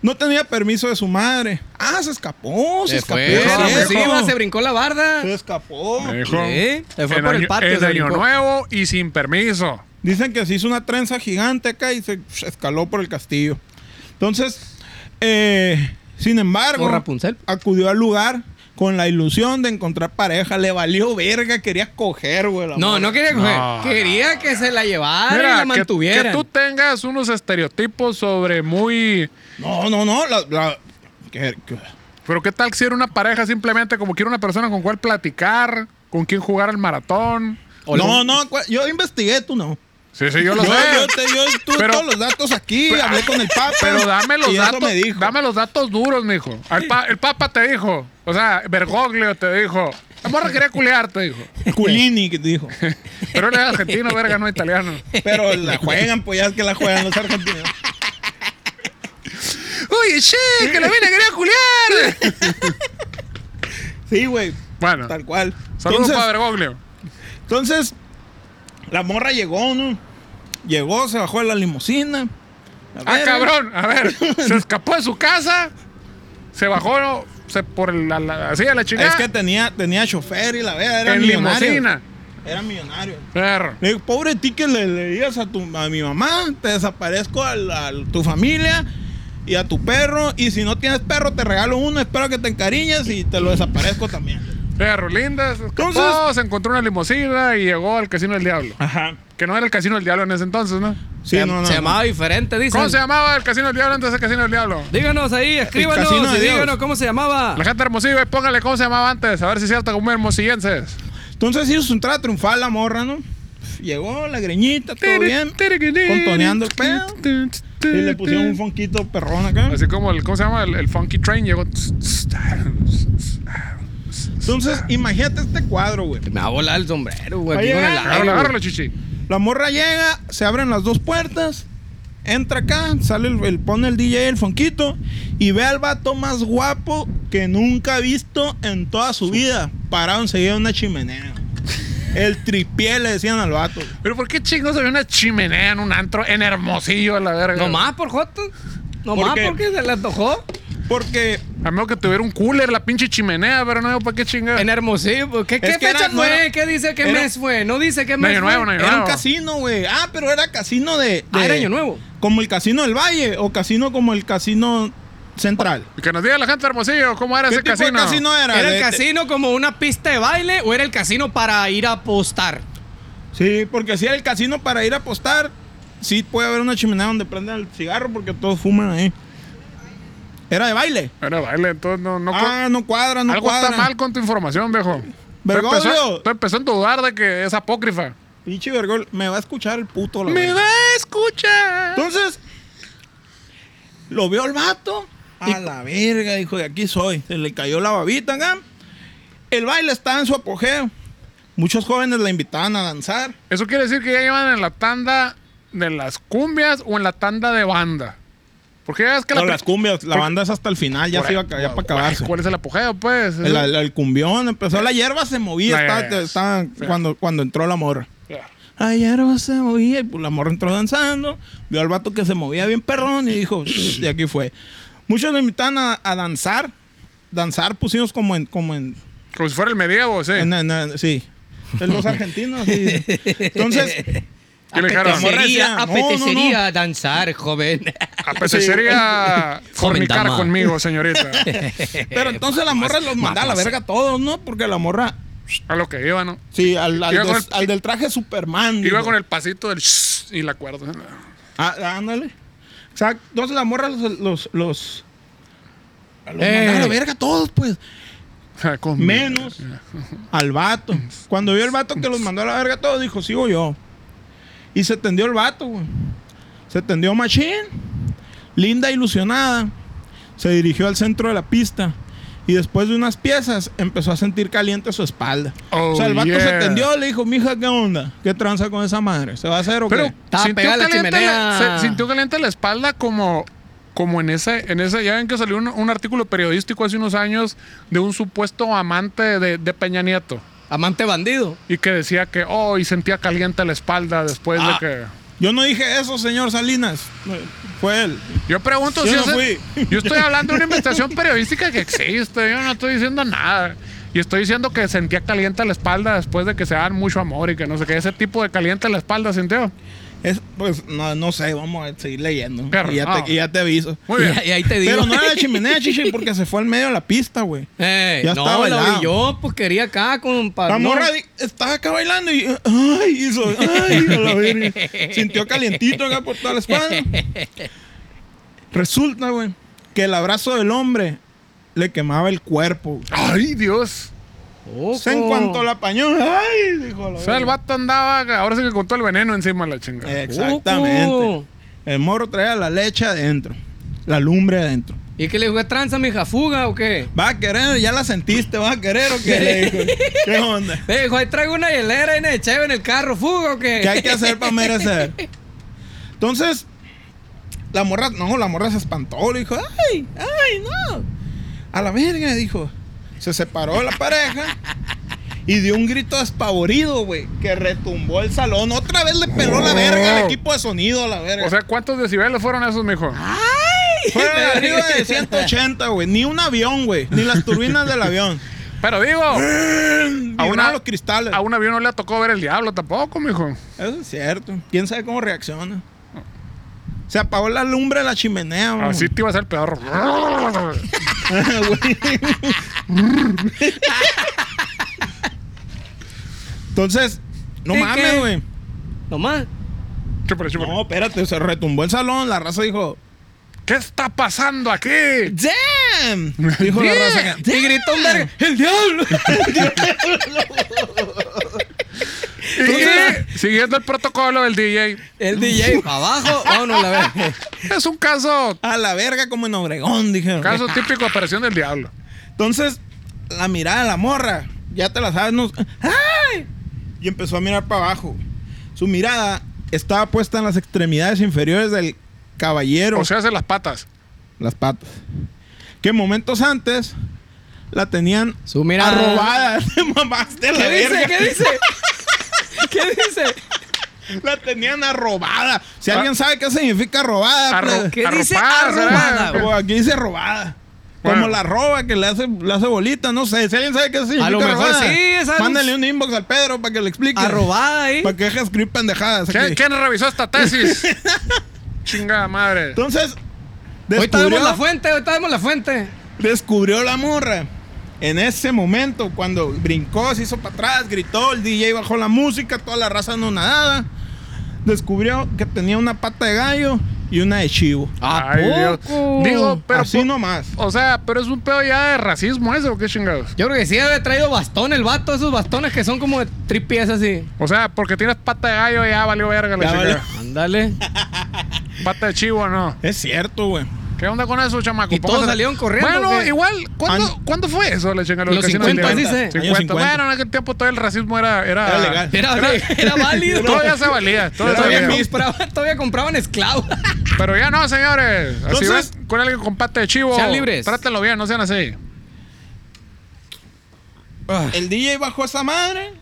Speaker 3: no tenía permiso de su madre. Ah, se escapó, se,
Speaker 4: Se
Speaker 3: escapó.
Speaker 4: fue,
Speaker 3: sí,
Speaker 4: a la
Speaker 2: viejo.
Speaker 4: ofensiva, se brincó la barda.
Speaker 3: Se escapó.
Speaker 2: Me dijo.
Speaker 4: Sí, se fue
Speaker 2: en
Speaker 4: por el
Speaker 2: año-
Speaker 4: patio.
Speaker 2: Es
Speaker 4: se
Speaker 2: de año
Speaker 4: brincó.
Speaker 2: nuevo y sin permiso.
Speaker 3: Dicen que se hizo una trenza gigante acá y se se escaló por el castillo. Entonces, eh, sin embargo,
Speaker 4: O Rapunzel.
Speaker 3: acudió al lugar con la ilusión de encontrar pareja. Le valió verga, quería coger, güey. la
Speaker 4: No,
Speaker 3: morra.
Speaker 4: no quería coger.
Speaker 2: No,
Speaker 4: quería que se la llevara y la
Speaker 2: que-
Speaker 4: mantuviera.
Speaker 2: Que, tú tengas unos estereotipos sobre muy.
Speaker 3: No, no, no. la- la- que- que-
Speaker 2: Pero qué tal si era una pareja simplemente como quiero una persona con cual platicar, con quien jugar al maratón.
Speaker 3: No, no, cu- yo investigué, tú no.
Speaker 2: Sí, sí, yo lo
Speaker 3: yo,
Speaker 2: sé.
Speaker 3: yo te- yo estuve
Speaker 2: Pero-
Speaker 3: todos los datos aquí, hablé con el Papa.
Speaker 2: Pero dame los
Speaker 3: y eso
Speaker 2: datos.
Speaker 3: me dijo.
Speaker 2: Dame los datos duros, mijo. El, pa- el Papa te dijo. O sea, Bergoglio te dijo. La morra quería culear, te dijo.
Speaker 3: Culini que te dijo.
Speaker 2: Pero él es argentino, verga, no italiano.
Speaker 3: Pero la juegan, pues ya es que la juegan los argentinos.
Speaker 2: Oye, che, que la mina quería culear.
Speaker 3: Sí, güey,
Speaker 2: Bueno,
Speaker 3: tal cual.
Speaker 2: saludos
Speaker 3: Entonces-
Speaker 2: para Bergoglio.
Speaker 3: Entonces, la morra llegó, ¿no? Llegó, se bajó de la limusina. La
Speaker 2: Ah,
Speaker 3: verga.
Speaker 2: cabrón, a ver, se escapó de su casa, se bajó ¿no? se por el- la, la- así a la chingada.
Speaker 3: Es que tenía, tenía chofer y la verga, era
Speaker 2: en
Speaker 3: millonario.
Speaker 2: limusina.
Speaker 3: Era millonario.
Speaker 2: Perro.
Speaker 3: Le digo, pobre ti que le, le digas a, tu, a mi mamá, te desaparezco a, la- a tu familia y a tu perro. Y si no tienes perro, te regalo uno, espero que te encariñes y te lo desaparezco también.
Speaker 2: Perro, linda. Se escapó,
Speaker 3: Entonces-
Speaker 2: se encontró una limusina y llegó al Casino del Diablo.
Speaker 3: Ajá.
Speaker 2: Que no era el Casino del Diablo en ese entonces, ¿no?
Speaker 3: Sí,
Speaker 4: se
Speaker 3: no, no,
Speaker 4: se
Speaker 3: no.
Speaker 4: llamaba diferente, dicen.
Speaker 2: ¿Cómo se llamaba el Casino del Diablo antes del Casino del Diablo?
Speaker 4: Díganos ahí, escríbanos
Speaker 3: Casino de
Speaker 4: y
Speaker 3: Dios.
Speaker 4: díganos cómo se llamaba.
Speaker 2: La gente hermosillo, ahí póngale cómo se llamaba antes, a ver si es cierto, como hermosillenses.
Speaker 3: Entonces hizo su entrada triunfal la morra, ¿no? Llegó la greñita, todo bien. Contoneando el pedo. Y le pusieron un fonquito perrón acá.
Speaker 2: Así como el, ¿cómo se llama? El, el Funky Train llegó.
Speaker 3: Entonces, imagínate este cuadro, güey.
Speaker 4: Me va a volar el sombrero, güey.
Speaker 3: Oye,
Speaker 4: aquí con el
Speaker 3: agárralo,
Speaker 4: aire,
Speaker 2: Agárralo,
Speaker 4: güey.
Speaker 2: agárralo, chichi.
Speaker 3: La morra llega, se abren las dos puertas, entra acá, sale el, el- pone el DJ el fonquito y ve al vato más guapo que nunca ha visto en toda su vida, parado enseguida en una chimenea. El tripié le decían al vato.
Speaker 2: Pero ¿por qué chingos había una chimenea en un antro en Hermosillo a la verga?
Speaker 4: Nomás por Joto. Nomás
Speaker 3: ¿Por qué?
Speaker 4: porque se le antojó.
Speaker 3: Porque
Speaker 2: A menos que tuviera un cooler la pinche chimenea, pero no, ¿para qué chingar?
Speaker 4: En Hermosillo. pues, ¿Qué, qué
Speaker 3: Es que
Speaker 4: fecha
Speaker 3: era- no
Speaker 4: fue?
Speaker 3: era-
Speaker 4: ¿Qué dice? ¿Qué
Speaker 3: era-
Speaker 4: mes fue? No dice qué mes
Speaker 2: Año
Speaker 4: fue.
Speaker 2: nuevo, año
Speaker 3: era un
Speaker 2: nuevo.
Speaker 3: casino, güey. Ah, pero era casino de,
Speaker 4: Ah,
Speaker 3: de-
Speaker 4: era Año Nuevo.
Speaker 3: Como el casino del Valle o casino como el casino central.
Speaker 2: Y Que nos diga la gente de Hermosillo cómo era
Speaker 3: ¿Qué
Speaker 2: ese
Speaker 3: tipo
Speaker 2: casino.
Speaker 3: de casino era?
Speaker 4: ¿Era
Speaker 3: De-
Speaker 4: el
Speaker 3: de-
Speaker 4: casino como una pista de baile o era el casino para ir a apostar?
Speaker 3: Sí, porque si era el casino para ir a apostar, sí puede haber una chimenea donde prendan el cigarro porque todos fuman ahí. Era de baile.
Speaker 2: Era baile, entonces no. no
Speaker 3: ah, no cuadra, no
Speaker 2: algo
Speaker 3: cuadra.
Speaker 2: está mal con tu información, viejo.
Speaker 3: Bergoglio.
Speaker 2: Tú empezó- tú empezó a dudar de que es apócrifa.
Speaker 3: Pinche vergol, me va a escuchar el puto. La
Speaker 2: Me
Speaker 3: verga.
Speaker 2: va a escuchar.
Speaker 3: Entonces, lo vio el vato. A la verga, dijo, de aquí soy. Se le cayó la babita, acá. El baile estaba en su apogeo. Muchos jóvenes la invitaban a danzar.
Speaker 2: Eso quiere decir que ya iban en la tanda de las cumbias o en la tanda de banda. Porque ya es que
Speaker 3: No,
Speaker 2: la
Speaker 3: las cumbias, la banda es hasta el final, ya se iba a, ya para acabarse.
Speaker 2: ¿Cuál es el apogeo, pues?
Speaker 3: El, el- el cumbión empezó, la hierba se movía
Speaker 2: La
Speaker 3: estaba-
Speaker 2: hierba.
Speaker 3: estaba- cuando, cuando entró la morra.
Speaker 2: Ya.
Speaker 3: La hierba se movía y pues, la morra entró danzando, vio al vato que se movía bien perrón y dijo, "Shh", y aquí fue. Muchos lo invitan a, a danzar, danzar pusimos como en, como en,
Speaker 2: Como si fuera el medievo, sí.
Speaker 3: en- en- en- sí, en los argentinos. sí. Entonces,
Speaker 2: ¿Qué le dijeron?
Speaker 3: Morra
Speaker 5: Apetecería,
Speaker 3: decía, no,
Speaker 5: apetecería danzar, joven.
Speaker 2: Apetecería fornicar
Speaker 5: dama.
Speaker 2: conmigo, señorita.
Speaker 3: pero entonces la morra los manda a la verga a todos, ¿no? Porque la morra,
Speaker 2: A lo que iba, ¿no?
Speaker 3: sí, al, al
Speaker 2: Iba con
Speaker 3: des-
Speaker 2: el-
Speaker 3: al del traje Superman.
Speaker 2: Iba
Speaker 3: dijo.
Speaker 2: con el pasito del shhh y la cuerda.
Speaker 3: Ah, ándale. Exacto. Entonces la morra los. los, los los
Speaker 4: Eh.
Speaker 3: mandaba a la verga a todos, pues.
Speaker 2: Con-
Speaker 3: Menos al vato. Cuando vio el vato que los mandó a la verga a todos, dijo, sigo yo. Y se tendió el vato, güey. Se tendió Machín. Linda, ilusionada. Se dirigió al centro de la pista. Y después de unas piezas, empezó a sentir caliente su espalda.
Speaker 2: Oh,
Speaker 3: o sea, el vato se
Speaker 2: yeah.
Speaker 3: tendió, le dijo, mija, ¿qué onda? ¿Qué tranza con esa madre? ¿Se va a hacer o
Speaker 2: Pero
Speaker 3: qué?
Speaker 4: Estaba pegada a la chimenea.
Speaker 2: se- sintió caliente la espalda como, como en ese, en ese, ya ven que salió un, un artículo periodístico hace unos años de un supuesto amante de, de Peña Nieto.
Speaker 4: Amante bandido.
Speaker 2: Y que decía que, oh, y sentía caliente la espalda después
Speaker 3: Ah.
Speaker 2: de que...
Speaker 3: Yo no dije eso, señor Salinas. Fue él.
Speaker 2: Yo pregunto
Speaker 3: Yo
Speaker 2: si
Speaker 3: no
Speaker 2: ese-
Speaker 3: fui.
Speaker 2: Yo estoy hablando de una investigación periodística que existe. Yo no estoy diciendo nada. Y estoy diciendo que sentía caliente la espalda después de que se dan mucho amor y que no sé qué. Ese tipo de caliente la espalda sintió.
Speaker 3: Es, pues no, no sé, vamos a seguir leyendo.
Speaker 2: Perro,
Speaker 3: y, ya
Speaker 2: no.
Speaker 3: te, y ya te aviso.
Speaker 2: Muy bien.
Speaker 4: Y, y ahí te digo.
Speaker 3: Pero no era la chimenea, chichi, porque se fue al medio de la pista, güey.
Speaker 4: Eh,
Speaker 3: Ya
Speaker 4: no,
Speaker 3: estaba
Speaker 4: la
Speaker 3: helado.
Speaker 4: vi yo, pues quería acá con pa-
Speaker 3: La
Speaker 4: Ah, no.
Speaker 3: morra di- estaba acá bailando y. ¡Ay! Hizo. ¡Ay! a la verga. Sintió calientito acá por toda la espalda. Resulta, güey, que el abrazo del hombre le quemaba el cuerpo.
Speaker 2: Ay, Dios.
Speaker 4: Ojo.
Speaker 3: O sea, en cuanto la pañó. ¡Ay! Dijo la
Speaker 2: O sea, el
Speaker 3: verga.
Speaker 2: vato andaba, ahora sí que con todo el veneno encima de la chingada.
Speaker 3: Eh. Exactamente.
Speaker 4: Ojo.
Speaker 3: El morro traía la leche adentro. La lumbre adentro.
Speaker 4: ¿Y qué le dijo? ¿Es tranza, mija? ¿Fuga o qué?
Speaker 3: ¿Vas a querer? ¿Ya la sentiste? ¿Vas a querer o qué? Le dijo. ¿Qué onda?
Speaker 4: Le dijo, ahí traigo una hielera y una de cheve en el carro, ¿fuga o qué?
Speaker 3: ¿Qué hay que hacer para merecer? Entonces, la morra, no, la morra se espantó, le dijo, ay, ay, no. A la verga, dijo. Se separó de la pareja y dio un grito despavorido, güey, que retumbó el salón. Otra vez le peló la verga al equipo de sonido, a la verga.
Speaker 2: O sea, ¿cuántos decibeles fueron esos, mijo?
Speaker 3: Fueron arriba de 180, güey. Ni un avión, güey. Ni las turbinas del avión.
Speaker 2: Pero digo,
Speaker 3: Eh. A
Speaker 2: una-
Speaker 3: los cristales.
Speaker 2: a un avión no le tocó ver el diablo tampoco, mijo.
Speaker 3: Eso es cierto. ¿Quién sabe cómo reacciona? Se apagó la lumbre de la chimenea, güey.
Speaker 2: Así te iba a ser peor.
Speaker 3: Ah, güey. Entonces, no
Speaker 4: ¿Y
Speaker 3: mames,
Speaker 4: qué?
Speaker 3: güey.
Speaker 4: Nomás.
Speaker 2: Chúpale, chúpale.
Speaker 3: No, espérate, se retumbó el salón. La raza dijo,
Speaker 2: ¿Qué está pasando aquí?
Speaker 3: ¡Damn! Dijo la raza.
Speaker 4: Y gritó un verga, ¡el diablo!
Speaker 2: Y, siguiendo el protocolo del DJ,
Speaker 4: El DJ, para abajo, vámonos a la verga.
Speaker 2: es un caso,
Speaker 3: A la verga, como en Obregón, dijeron.
Speaker 2: caso típico de aparición del diablo.
Speaker 3: Entonces, la mirada de la morra, ya te la sabes, nos- ¡Ay! Y empezó a mirar para abajo. Su mirada estaba puesta en las extremidades inferiores del caballero,
Speaker 2: O sea, hace las patas.
Speaker 3: las patas. Que momentos antes la tenían
Speaker 4: Su mirada.
Speaker 3: arrobada. Te mamaste la
Speaker 4: ¿Qué dice?
Speaker 3: verga.
Speaker 4: ¿Qué dice? ¿Qué dice?
Speaker 3: La tenían arrobada. Si
Speaker 2: Ah.
Speaker 3: alguien sabe qué significa pues, robada,
Speaker 2: Arro-
Speaker 4: Ah, ¿Qué dice?
Speaker 2: arropadas,
Speaker 4: Arrobada,
Speaker 2: ¿verdad?
Speaker 3: pues, aquí dice robada.
Speaker 2: Bueno.
Speaker 3: Como la roba que le hace, le hace bolita, no sé. Si alguien sabe qué significa
Speaker 4: A lo mejor
Speaker 3: robada,
Speaker 4: sí, es algo-
Speaker 3: mándale un inbox al Pedro para que le explique.
Speaker 4: Arrobada ahí.
Speaker 3: Para que deje de escribir pendejadas.
Speaker 2: ¿Quién,
Speaker 3: aquí.
Speaker 2: quién revisó esta tesis? Chingada madre.
Speaker 3: Entonces,
Speaker 4: Hoy tenemos
Speaker 3: descubrió,
Speaker 4: la fuente, hoy tenemos la fuente.
Speaker 3: descubrió la morra. En ese momento, cuando brincó, se hizo para atrás, gritó, el DJ bajó la música, toda la raza no nadada. Descubrió que tenía una pata de gallo y una de chivo.
Speaker 4: ¿A
Speaker 2: Ay, Dios.
Speaker 4: poco?
Speaker 2: Digo, pero.
Speaker 3: Así
Speaker 2: po-
Speaker 3: nomás.
Speaker 2: O sea, pero es un pedo ya de racismo eso, ¿o qué chingados?
Speaker 4: Yo creo que sí había traído bastón el vato, esos bastones que son como de tres piezas así.
Speaker 2: O sea, porque tienes pata de gallo, ya valió verga la
Speaker 3: Ya
Speaker 2: chingada.
Speaker 3: valió.
Speaker 4: Ándale.
Speaker 2: Pata de chivo, no.
Speaker 3: Es cierto, güey.
Speaker 2: ¿Qué onda con eso, chamaco?
Speaker 4: ¿Y todos
Speaker 2: Póngase-
Speaker 4: salieron corriendo, o
Speaker 2: Bueno,
Speaker 4: qué?
Speaker 2: igual, ¿cuándo,
Speaker 3: An-
Speaker 2: ¿cuándo fue eso? La chinga,
Speaker 4: Los 50, dice.
Speaker 2: 50.
Speaker 3: Años 50.
Speaker 2: Bueno, en aquel tiempo todo el racismo era... Era,
Speaker 3: Era legal.
Speaker 4: Era, era válido.
Speaker 2: Todavía se valía. Todavía se
Speaker 4: Todavía
Speaker 2: valía.
Speaker 4: compraban, todavía compraban esclavos.
Speaker 2: Pero ya no, señores. Así
Speaker 3: Entonces-
Speaker 2: ven, con alguien con pata de chivo.
Speaker 4: Sean libres.
Speaker 2: Trátenlo bien, no sean así.
Speaker 3: El DJ bajó esa madre.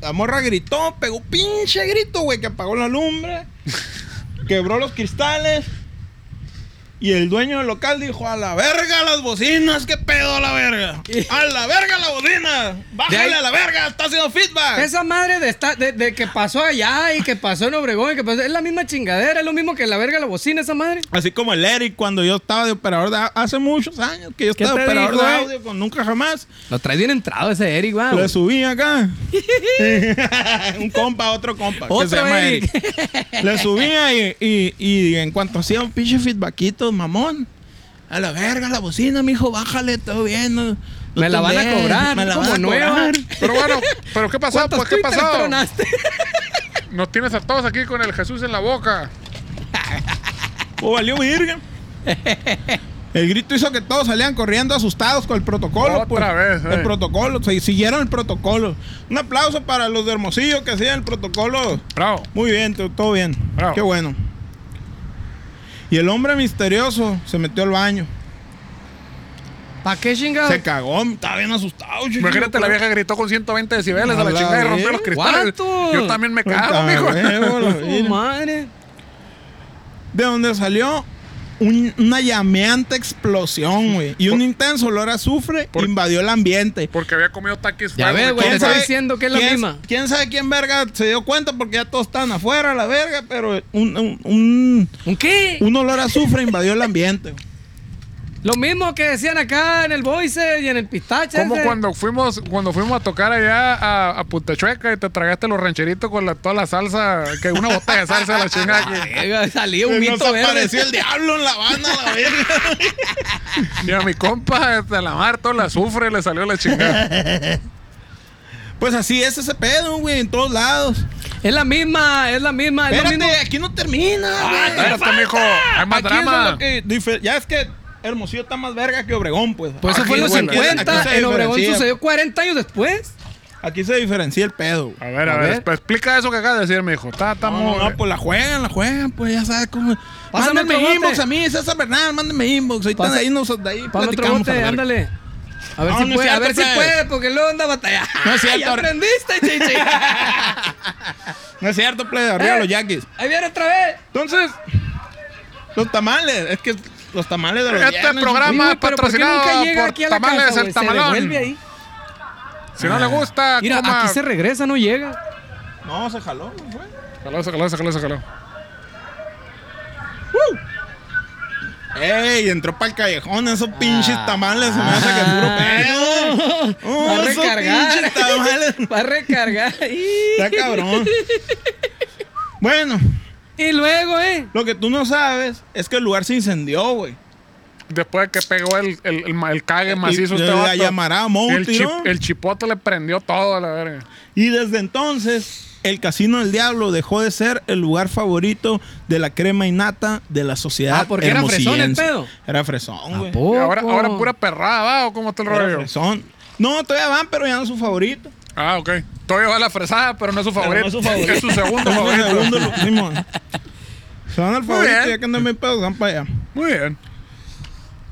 Speaker 3: La morra gritó, pegó un pinche grito, güey, que apagó la lumbre. quebró los cristales. Y el dueño del local dijo, a la verga las bocinas, qué pedo a la verga. A la verga las bocinas. Bájale
Speaker 4: ahí-
Speaker 3: a la verga, está haciendo feedback.
Speaker 4: Esa madre de, esta- de, de que pasó allá y que pasó en Obregón y que pasó, es la misma chingadera, es lo mismo que la verga la bocina esa madre.
Speaker 3: Así como el Eric cuando yo estaba de operador de au- hace muchos años que yo
Speaker 4: ¿Qué
Speaker 3: estaba de
Speaker 4: te
Speaker 3: operador
Speaker 4: dijo,
Speaker 3: de
Speaker 4: eh?
Speaker 3: audio con nunca jamás.
Speaker 4: Lo traes bien entrado ese Eric, va.
Speaker 3: Le subí acá. un compa, otro compa. que
Speaker 4: Otro
Speaker 3: se llama
Speaker 4: Eric.
Speaker 3: Eric. Le subía y, y- y en cuanto hacía un pinche feedbackito, mamón. A la verga, la bocina, mijo, bájale, todo bien. no- no
Speaker 4: Me la
Speaker 3: te
Speaker 4: van a
Speaker 3: ves,
Speaker 4: cobrar,
Speaker 3: me la van
Speaker 4: como
Speaker 3: a
Speaker 4: nueva.
Speaker 3: cobrar.
Speaker 2: Pero bueno, ¿pero qué pasó?
Speaker 4: ¿Cuántos
Speaker 2: Pues, ¿qué
Speaker 4: Twitter
Speaker 2: pasó?
Speaker 4: tronaste?
Speaker 2: Nos tienes a todos aquí con el Jesús en la boca.
Speaker 3: O Oh, valió virgen. El grito hizo que todos salían corriendo asustados con el protocolo.
Speaker 2: Otra
Speaker 3: pues.
Speaker 2: vez, eh.
Speaker 3: El protocolo, se siguieron el protocolo. Un aplauso para los de Hermosillo que siguen el protocolo.
Speaker 2: Bravo.
Speaker 3: Muy bien, to- todo bien.
Speaker 2: Bravo.
Speaker 3: Qué bueno. Y el hombre misterioso se metió al baño.
Speaker 4: ¿Para qué chingado?
Speaker 3: Se cagó, estaba bien asustado. chico.
Speaker 2: Imagínate, la vieja gritó con 120 decibeles a la
Speaker 3: Hola,
Speaker 2: chingada y rompió
Speaker 3: ¿eh?
Speaker 2: los cristales.
Speaker 4: ¿Cuánto?
Speaker 2: Yo también me
Speaker 3: Cuenta,
Speaker 2: cago, mijo.
Speaker 3: huevo, la
Speaker 4: Oh,
Speaker 3: virgen.
Speaker 4: madre.
Speaker 3: De donde salió un- una llameante explosión, güey. Y un intenso olor a azufre
Speaker 2: por-
Speaker 3: invadió el ambiente.
Speaker 2: Porque había comido taquis.
Speaker 4: Ya
Speaker 2: fuego
Speaker 4: ves,
Speaker 2: y
Speaker 4: güey,
Speaker 2: todo.
Speaker 4: te estoy diciendo que es la
Speaker 3: quién-
Speaker 4: misma.
Speaker 3: ¿Quién sabe quién verga se dio cuenta? Porque ya todos están afuera, la verga, pero un, un, un,
Speaker 4: ¿Un qué?
Speaker 3: un olor a azufre invadió el ambiente. güey.
Speaker 4: Lo mismo que decían acá en el Voice y en el Pistache.
Speaker 2: Como
Speaker 4: ese.
Speaker 2: cuando fuimos, cuando fuimos a tocar allá a, a Punta Chueca y te tragaste los rancheritos con la, toda la salsa, que una botella de salsa de la chingada. que-
Speaker 4: Verga, Salía un
Speaker 3: Nos
Speaker 4: mito verde.
Speaker 3: apareció el diablo en la banda, la verga.
Speaker 2: Y a mi compa, este, la mar, todo la azufre le salió la chingada.
Speaker 3: Pues así es ese pedo, güey, en todos lados.
Speaker 4: Es la misma, es la misma, es lo mismo.
Speaker 3: Espérate, aquí no termina, güey.
Speaker 2: Espérate, mijo, hay más
Speaker 3: Aquí es de
Speaker 2: drama.
Speaker 3: lo que dife- ya es que Hermosillo está más verga que Obregón, pues.
Speaker 4: Pues eso
Speaker 2: Aquí,
Speaker 4: fue en los
Speaker 2: bueno,
Speaker 4: 50,
Speaker 3: aquí se
Speaker 4: en Obregón
Speaker 3: diferencia.
Speaker 4: sucedió 40 años después.
Speaker 3: Ah, Aquí se diferencia el pedo, güey.
Speaker 2: A ver, a, ver, pues, explica eso que acabas de decir, mijo. Está, está
Speaker 3: No,
Speaker 2: muy-
Speaker 3: no, pues la juegan, la juegan, pues ya sabes cómo.
Speaker 4: Pásame otro
Speaker 3: Mándame
Speaker 4: bote.
Speaker 3: inbox a mí, César Bernal, mándame inbox. Ahí,
Speaker 4: Pasa-
Speaker 3: ahí nos de ahí
Speaker 4: Para otro
Speaker 3: platicamos. a la
Speaker 4: bote,
Speaker 3: verga.
Speaker 4: ándale. A ver
Speaker 3: No,
Speaker 4: si
Speaker 3: no es
Speaker 4: puede, a
Speaker 3: cierto,
Speaker 4: ver si
Speaker 3: pues.
Speaker 4: puede, porque luego anda batalla.
Speaker 3: No es cierto,
Speaker 4: ya
Speaker 3: ahora-
Speaker 4: aprendiste, chichi.
Speaker 3: No es cierto, play, arriba
Speaker 4: Eh.
Speaker 3: los yaquis.
Speaker 4: Ahí viene otra vez.
Speaker 3: Entonces, los tamales, es que los tamales de los
Speaker 2: Este
Speaker 3: viernes,
Speaker 2: programa-
Speaker 4: Sí, güey, pero ¿por qué
Speaker 2: patrocinado
Speaker 4: nunca llega
Speaker 2: por
Speaker 4: aquí a la
Speaker 2: Tamales
Speaker 4: casa,
Speaker 2: El
Speaker 4: güey? Se
Speaker 2: Tamalón.
Speaker 4: devuelve ahí.
Speaker 2: Si no le gusta,
Speaker 4: Mira,
Speaker 2: coma.
Speaker 4: aquí se regresa, no llega.
Speaker 3: No, se jaló, no fue.
Speaker 2: Sácalo, sácalo, sácalo, sácalo.
Speaker 3: Ey, entró para el callejón, esos
Speaker 4: Ah.
Speaker 3: pinches tamales, se me hace que es puro pedo.
Speaker 4: Va
Speaker 3: Ah, Oh,
Speaker 4: a
Speaker 3: esos
Speaker 4: recargar.
Speaker 3: pinches tamales.
Speaker 4: Va a recargar.
Speaker 3: Está cabrón. Bueno,
Speaker 4: Y luego, eh.
Speaker 3: lo que tú no sabes es que el lugar se incendió, güey.
Speaker 2: Después de que pegó el, el, el, ma- el cague macizo,
Speaker 3: Y-
Speaker 2: este
Speaker 3: la
Speaker 2: vato,
Speaker 3: llamará Monty,
Speaker 2: el, chip-
Speaker 3: ¿no?
Speaker 2: el chipote le prendió todo a la verga.
Speaker 3: Y desde entonces, el Casino del Diablo dejó de ser el lugar favorito de la crema y nata de la sociedad.
Speaker 4: Ah, porque era fresón el
Speaker 3: hermosillense.
Speaker 4: pedo.
Speaker 3: Era fresón, güey.
Speaker 2: Y
Speaker 4: Poco.
Speaker 2: ahora, ahora pura perrada, ¿va? ¿O cómo está el
Speaker 3: Era
Speaker 2: rollo?
Speaker 3: fresón. No, todavía van, pero ya no es su favorito.
Speaker 2: Ah, ok. Todavía va la fresada, pero no es su
Speaker 3: Pero
Speaker 2: favorito.
Speaker 3: no es su favorito.
Speaker 2: Es su segundo
Speaker 3: Es su
Speaker 2: favorito.
Speaker 3: segundo, lo- Simón. Se van al favorito,
Speaker 2: bien.
Speaker 3: ya que andan bien pedos, van para allá.
Speaker 2: Muy bien.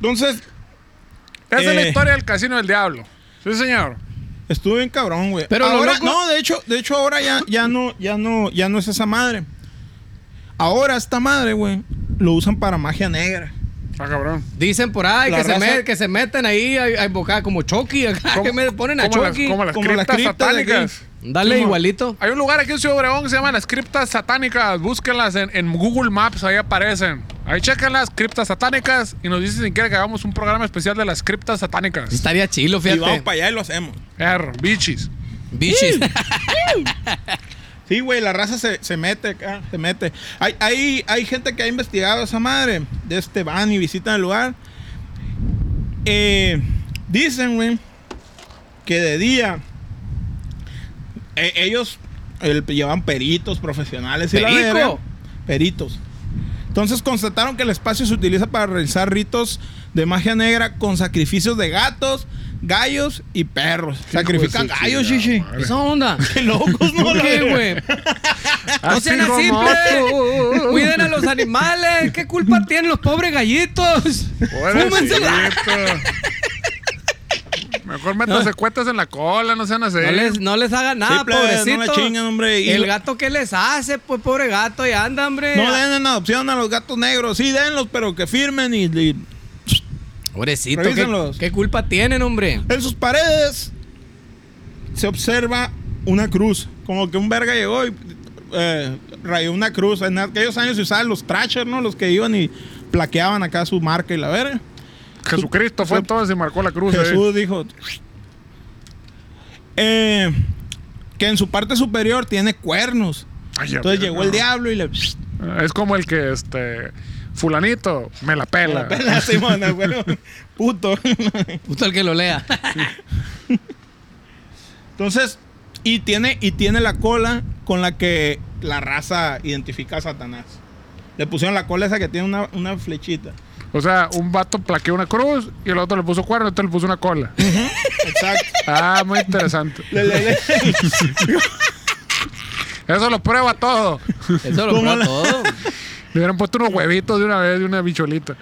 Speaker 3: Entonces,
Speaker 2: Esa es la
Speaker 3: Eh.
Speaker 2: historia del Casino del Diablo. Sí, señor.
Speaker 3: estuvo bien cabrón, güey.
Speaker 4: Pero lo
Speaker 3: ahora,
Speaker 4: loco-
Speaker 3: no, de hecho, de hecho ahora ya, ya no, ya no, ya no es esa madre. Ahora esta madre, güey, lo usan para magia negra.
Speaker 2: Ah, cabrón.
Speaker 4: Dicen por ahí
Speaker 3: La
Speaker 4: que, se
Speaker 3: raza-
Speaker 4: met- que se meten ahí a, a invocar como Chucky. Acá, que me ponen a
Speaker 2: como las,
Speaker 4: Chucky.
Speaker 2: como las
Speaker 3: como las
Speaker 2: criptas
Speaker 3: criptas de aquí.
Speaker 2: satánicas.
Speaker 4: Dale
Speaker 3: Simón.
Speaker 4: igualito.
Speaker 2: Hay un lugar aquí en Ciudad Obregón que se llama las criptas satánicas. Búsquenlas en, en Google Maps, ahí aparecen. Ahí chequen las criptas satánicas y nos dicen si quieren que hagamos un programa especial de las criptas satánicas.
Speaker 4: Estaría chilo,
Speaker 3: Y vamos
Speaker 4: fíjate.
Speaker 3: para allá y lo hacemos.
Speaker 2: Erro, bichis.
Speaker 4: Bichis.
Speaker 3: Sí, güey, la raza se, se mete acá, se mete. Hay, hay, hay gente que ha investigado esa madre. De este van y visitan el lugar. Eh, dicen, güey, que de día eh, ellos eh, llevan peritos profesionales. y la
Speaker 4: ¿Perico?
Speaker 3: verga. Peritos. Entonces constataron que el espacio se utiliza para realizar ritos de magia negra con sacrificios de gatos, gallos y perros. Sacrifican
Speaker 2: su
Speaker 3: gallos,
Speaker 2: chingada
Speaker 3: shishi.
Speaker 2: madre.
Speaker 4: Esa onda.
Speaker 3: Qué locos, ¿no? La
Speaker 4: ¿Qué,
Speaker 3: verga.
Speaker 4: güey? No sean
Speaker 2: Así
Speaker 4: así,
Speaker 2: como
Speaker 4: pues.
Speaker 2: tú.
Speaker 4: Cuiden a los animales. ¿Qué culpa tienen los pobres gallitos? Fúmensela.
Speaker 2: Pobrecito. Mejor métase cuetas en la cola, no sean así.
Speaker 4: No les, no les hagan nada,
Speaker 3: Sí, plebes,
Speaker 4: pobrecito.
Speaker 3: no la chingan, hombre. Y
Speaker 4: el
Speaker 3: lo-
Speaker 4: gato que les hace, pues pobre gato, y anda, hombre.
Speaker 3: No den en adopción a los gatos negros. Sí, denlos, pero que firmen y, y
Speaker 4: Pobrecito, ¿qué,
Speaker 3: Revísenlos.
Speaker 4: qué culpa tienen, hombre?
Speaker 3: En sus paredes se observa una cruz. Como que un verga llegó y eh, rayó una cruz. En aquellos años se usaban los trashers, ¿no? Los que iban y plaqueaban acá su marca y la verga.
Speaker 2: Jesucristo fue entonces y marcó la cruz. ahí.
Speaker 3: Jesús dijo. eh, que en su parte superior tiene cuernos.
Speaker 2: Ay, ya
Speaker 3: Entonces
Speaker 2: ver,
Speaker 3: llegó el
Speaker 2: no.
Speaker 3: diablo y le.
Speaker 2: Es como el que, este, fulanito, me la pela.
Speaker 3: La pela, Simón, a huevo. Puto.
Speaker 4: Justo el que lo lea.
Speaker 3: Entonces, y tiene, y tiene la cola con la que la raza identifica a Satanás. Le pusieron la cola esa que tiene una, una flechita.
Speaker 2: O sea, un vato plaqueó una cruz y el otro le puso cuerno, el otro le puso una cola.
Speaker 3: Exacto.
Speaker 2: Ah, muy interesante.
Speaker 3: Le- le- le-
Speaker 2: Eso lo prueba todo.
Speaker 4: Eso lo
Speaker 3: ¿Cómo
Speaker 4: prueba
Speaker 3: la-
Speaker 4: todo.
Speaker 2: Le hubieran puesto unos huevitos de una vez, de una bicholita.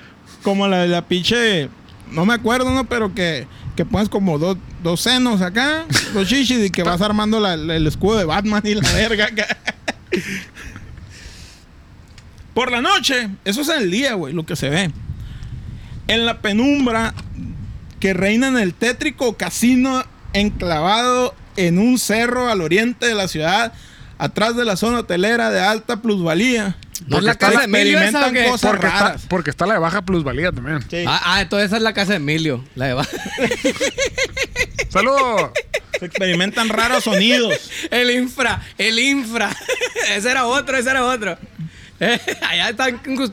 Speaker 3: como la de la pinche. No me acuerdo, ¿no? Pero que, que pones como dos, dos senos acá, dos chichis, y que vas armando la- la- el escudo de Batman y la verga acá. Por la noche, eso es el día, güey, lo que se ve. En la penumbra que reina en el tétrico casino enclavado en un cerro al oriente de la ciudad, atrás de la zona hotelera de alta plusvalía.
Speaker 4: ¿No es la
Speaker 3: Porque
Speaker 4: casa de Emilio esa
Speaker 3: experimentan
Speaker 4: o qué?
Speaker 3: cosas
Speaker 2: Porque está,
Speaker 3: raras.
Speaker 2: Ah, porque está la de baja plusvalía también.
Speaker 3: Sí.
Speaker 4: Ah, ah, entonces esa es la casa de Emilio. La de ba-
Speaker 2: ¡Saludos!
Speaker 3: Se experimentan raros sonidos.
Speaker 4: El infra, el infra. Ese era otro, ese era otro. Eh, allá están. cus-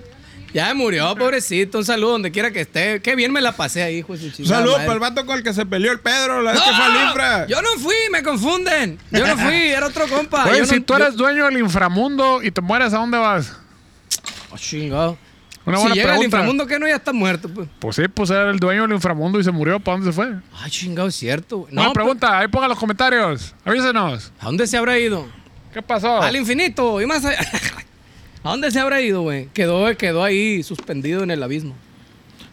Speaker 4: Ya murió, pobrecito. Un saludo donde quiera que esté. Qué bien me la pasé ahí, hijo de su
Speaker 3: Un
Speaker 4: chingada
Speaker 3: saludo
Speaker 4: madre.
Speaker 3: para el vato con el que se peleó el Pedro la vez que fue al
Speaker 4: ¡No!
Speaker 3: Infra.
Speaker 4: Yo no fui, me confunden. Yo no fui, era otro compa.
Speaker 2: Oye,
Speaker 4: Ah, Yo
Speaker 2: si
Speaker 4: no-
Speaker 2: tú eres
Speaker 4: yo-
Speaker 2: dueño del inframundo y te mueres, ¿a dónde vas?
Speaker 4: Oh, chingado.
Speaker 2: Una
Speaker 4: si
Speaker 2: buena
Speaker 4: llega al
Speaker 2: pregunta.
Speaker 4: inframundo, que no, ya está muerto. Pues.
Speaker 2: Pues sí, pues era el dueño del inframundo y se murió. ¿Para dónde se fue?
Speaker 4: Ay, Ah, chingado, es cierto. güey.
Speaker 2: No,
Speaker 4: No,
Speaker 2: pregunta, ahí pongan los comentarios. Avísenos.
Speaker 4: pero, ¿A dónde se habrá ido?
Speaker 2: ¿Qué pasó?
Speaker 4: Al infinito y más allá. ¿A dónde se habrá ido, güey? Quedó, quedó ahí suspendido en el abismo.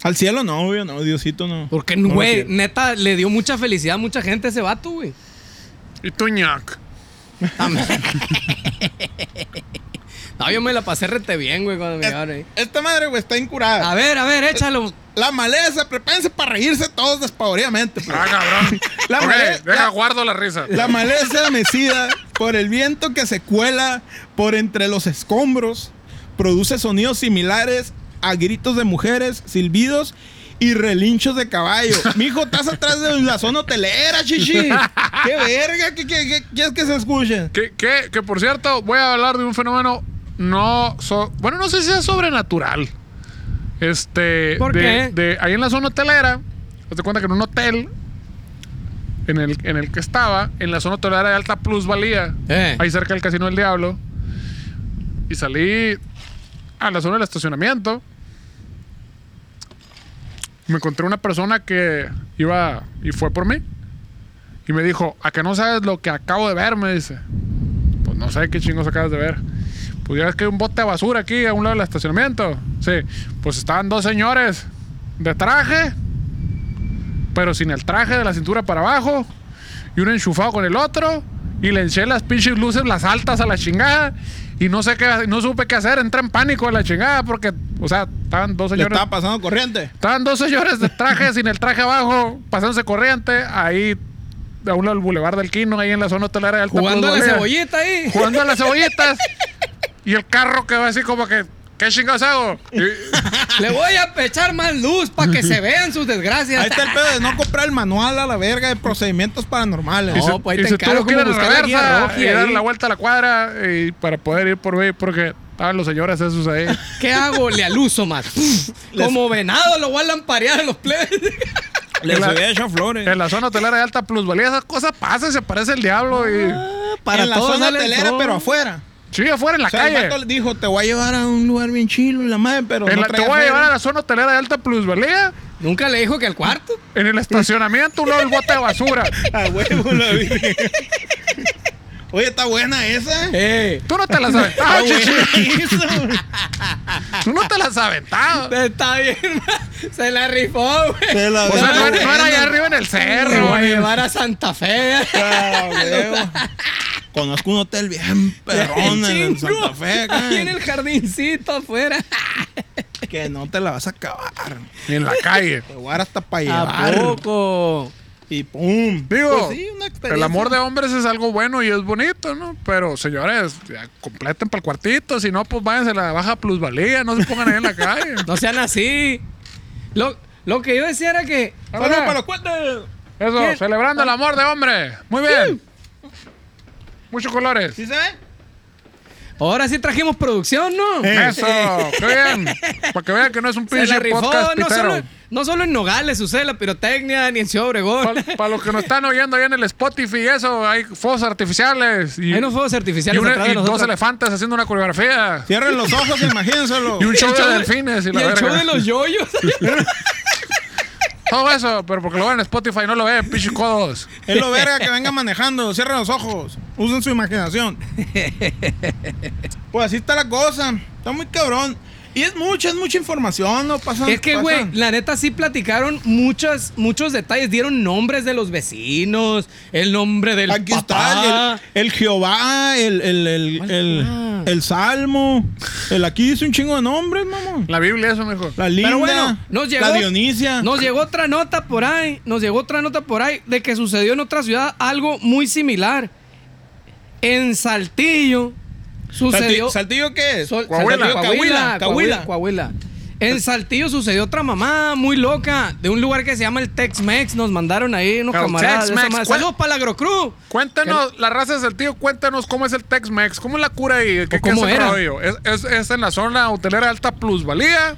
Speaker 3: Al cielo no, obvio, no, Diosito no.
Speaker 4: Porque,
Speaker 3: No lo
Speaker 4: güey,
Speaker 3: quiero.
Speaker 4: neta, le dio mucha felicidad a mucha gente ese vato, güey.
Speaker 2: ¿Y tú, ñac?
Speaker 4: No, yo me la pasé rete bien, güey, cuando me llevaron ahí.
Speaker 3: Esta madre, güey, está
Speaker 4: A
Speaker 3: incurada.
Speaker 4: ver, a ver, échalo.
Speaker 3: La maleza, prepárense para reírse todos despavoridamente. pues.
Speaker 2: Ah, cabrón.
Speaker 3: La
Speaker 2: Ok,
Speaker 3: madre-
Speaker 2: deja,
Speaker 3: la-
Speaker 2: guardo la risa.
Speaker 3: La maleza mecida por el viento que se cuela por entre los escombros produce sonidos similares a gritos de mujeres, silbidos y relinchos de caballo. Mijo, estás atrás de la zona hotelera, chichi. ¡Qué verga! ¿Qué, qué, qué quieres que se escuche?
Speaker 2: Que, que, que, por cierto, voy a hablar de un fenómeno no. so- bueno, no sé si es sobrenatural. Este.
Speaker 4: ¿Por
Speaker 2: de,
Speaker 4: qué?
Speaker 2: de- ahí en la zona hotelera, te cuenta que en un hotel en el, en el que estaba, en la zona hotelera de alta plusvalía,
Speaker 4: Eh.
Speaker 2: ahí cerca del Casino del Diablo, y salí a la zona del estacionamiento. Me encontré una persona que iba y fue por mí. Y me dijo, ¿a que no sabes lo que acabo de ver? Me dice. Pues no sé qué chingos acabas de ver. Pues ya ves que hay un bote de basura aquí a un lado del estacionamiento. Sí, pues estaban dos señores de traje, pero sin el traje de la cintura para abajo, y uno enchufado con el otro, y le enché las pinches luces, las altas a la chingada, y no sé qué, no supe qué hacer, entré en pánico a la chingada, porque, o sea, estaban dos
Speaker 3: Le
Speaker 2: señores.
Speaker 3: estaba pasando corriente.
Speaker 2: Estaban dos señores de traje, sin el traje abajo, pasándose corriente, ahí a uno del Boulevard del Quino, ahí en la zona hotelera de Alta
Speaker 4: Jugando a la
Speaker 2: Plusvalía,
Speaker 4: cebollita ahí.
Speaker 2: Jugando a las cebollitas. y el carro que va así como que, ¿qué chingados hago? Y-
Speaker 4: Le voy a echar más luz para que se vean sus desgracias.
Speaker 3: Ahí está el pedo de no comprar el manual a la verga de procedimientos paranormales.
Speaker 4: No, pues ahí te encargo
Speaker 2: que ir
Speaker 4: cómo
Speaker 2: en
Speaker 4: buscar la guía
Speaker 2: reversa
Speaker 4: Roji
Speaker 2: y dar
Speaker 4: ahí.
Speaker 2: la vuelta a la cuadra y para poder ir por mí, porque estaban los señores esos ahí.
Speaker 4: ¿Qué hago? Le aluso más. Como venado lo voy a lamparear a los plebes.
Speaker 3: Les
Speaker 2: la-
Speaker 3: había hecho flores.
Speaker 2: En la zona hotelera de alta plusvalía, esas cosas pasan, se aparece el diablo y...
Speaker 4: Para
Speaker 3: en la
Speaker 4: todos
Speaker 3: zona
Speaker 4: sale el
Speaker 3: hotelera,
Speaker 4: sol.
Speaker 3: pero afuera.
Speaker 2: Sí, afuera en la
Speaker 3: O sea, el
Speaker 2: calle.
Speaker 3: vato le dijo, te voy a llevar a un lugar bien chilo, y la madre, pero
Speaker 2: En
Speaker 3: no
Speaker 2: la- te
Speaker 3: traía
Speaker 2: voy a llevar
Speaker 3: feria".
Speaker 2: a la zona hotelera de alta plusvalía,
Speaker 4: Nunca le dijo que al cuarto.
Speaker 2: en el estacionamiento, un lado del bote de basura.
Speaker 3: A huevo la vi. Oye, está buena esa.
Speaker 4: Eh,
Speaker 2: Tú no te las aventabas, chichi. Tú no te las aventabas.
Speaker 4: está bien, se la rifó, güey.
Speaker 3: Se la
Speaker 2: O sea,
Speaker 3: está
Speaker 2: no, era- no era allá
Speaker 3: buena.
Speaker 2: arriba en el
Speaker 4: Se
Speaker 2: cerro,
Speaker 4: va a
Speaker 2: güey.
Speaker 4: llevar a Santa Fe.
Speaker 3: Ah, huevo. Conozco un hotel bien perrón en
Speaker 4: Chingo.
Speaker 3: Santa Fe, acá,
Speaker 4: Ahí en el jardincito afuera.
Speaker 3: que no te la vas a acabar.
Speaker 2: En la calle.
Speaker 3: Te voy a dar hasta para
Speaker 4: ¿A
Speaker 3: llevar.
Speaker 4: poco?
Speaker 3: Y pum.
Speaker 2: Digo,
Speaker 3: Pues sí, una experiencia.
Speaker 2: el amor de hombres es algo bueno y es bonito, ¿no? Pero, señores, ya completen para el cuartito. Si no, pues váyanse a la baja plusvalía. No se pongan ahí en la calle.
Speaker 4: No sean así. Lo, lo que yo decía era que.
Speaker 3: Saludos
Speaker 2: Ahora,
Speaker 3: para los cuates.
Speaker 2: Eso,
Speaker 4: ¿Qué?
Speaker 2: celebrando el amor de hombre. Muy bien. Muchos colores.
Speaker 3: ¿Sí se ve?
Speaker 4: Ahora sí trajimos producción, ¿no?
Speaker 3: Eh,
Speaker 2: Eso, qué bien. Para que vean que no es un
Speaker 4: Se la
Speaker 2: pinche
Speaker 4: rifó,
Speaker 2: podcast
Speaker 4: no
Speaker 2: pitero.
Speaker 4: solo, no solo en Nogales sucede la pirotecnia, ni en Ciudad Obregón.
Speaker 2: Para los que nos están oyendo ahí en el Spotify y eso, hay fuegos artificiales. Y,
Speaker 4: Hay unos fuegos
Speaker 2: y
Speaker 4: artificiales
Speaker 2: una-
Speaker 4: atrás
Speaker 2: y
Speaker 4: de
Speaker 2: dos
Speaker 4: nosotros.
Speaker 2: elefantes haciendo una coreografía.
Speaker 3: Cierren los ojos, imagínenselo.
Speaker 2: Y un show de
Speaker 4: show de-
Speaker 2: delfines y
Speaker 4: Y
Speaker 2: la
Speaker 4: el
Speaker 2: verga.
Speaker 4: show de los yoyos.
Speaker 2: Todo eso, pero porque lo ven en Spotify no lo ven, pinches codos.
Speaker 3: Es lo verga que venga manejando. Cierren los ojos. Usen su imaginación. Pues así está la cosa. Está muy cabrón. Y es mucha, es mucha información. No pasa
Speaker 4: Es que,
Speaker 3: pasa-
Speaker 4: güey, la neta sí platicaron muchas, muchos detalles. Dieron nombres de los vecinos, el nombre del
Speaker 3: Aquí
Speaker 4: papá.
Speaker 3: está el, el Jehová, el, el, el, el,
Speaker 4: Jehová?
Speaker 3: el Salmo. El aquí dice un chingo de nombres, mamón.
Speaker 2: La Biblia, eso, mejor.
Speaker 3: La Linda,
Speaker 4: Pero bueno, nos llegó,
Speaker 3: la Dionisia.
Speaker 4: Nos llegó otra nota por ahí. Nos llegó otra nota por ahí de que sucedió en otra ciudad algo muy similar. En Saltillo
Speaker 3: Salti-
Speaker 4: sucedió.
Speaker 3: ¿Saltillo qué es?
Speaker 4: Sol-
Speaker 2: Coahuila.
Speaker 4: Saltillo,
Speaker 3: Coahuila,
Speaker 4: Coahuila,
Speaker 3: Coahuila.
Speaker 4: Coahuila, Coahuila. En Saltillo sucedió otra mamá muy loca de un lugar que se llama el Tex-Mex. Nos mandaron ahí unos
Speaker 2: El
Speaker 4: camaradas. de esa
Speaker 2: Tex-Mex.
Speaker 4: madre.
Speaker 2: ¿Cuál-
Speaker 4: Saludos para la Agrocru.
Speaker 2: Cuéntanos, la raza del tío, cuéntanos cómo es el Tex-Mex, cómo es la cura ahí, qué, qué
Speaker 4: ¿O cómo
Speaker 2: es el
Speaker 4: era?
Speaker 2: rollo. ¿Es, es, es en la zona hotelera alta plusvalía?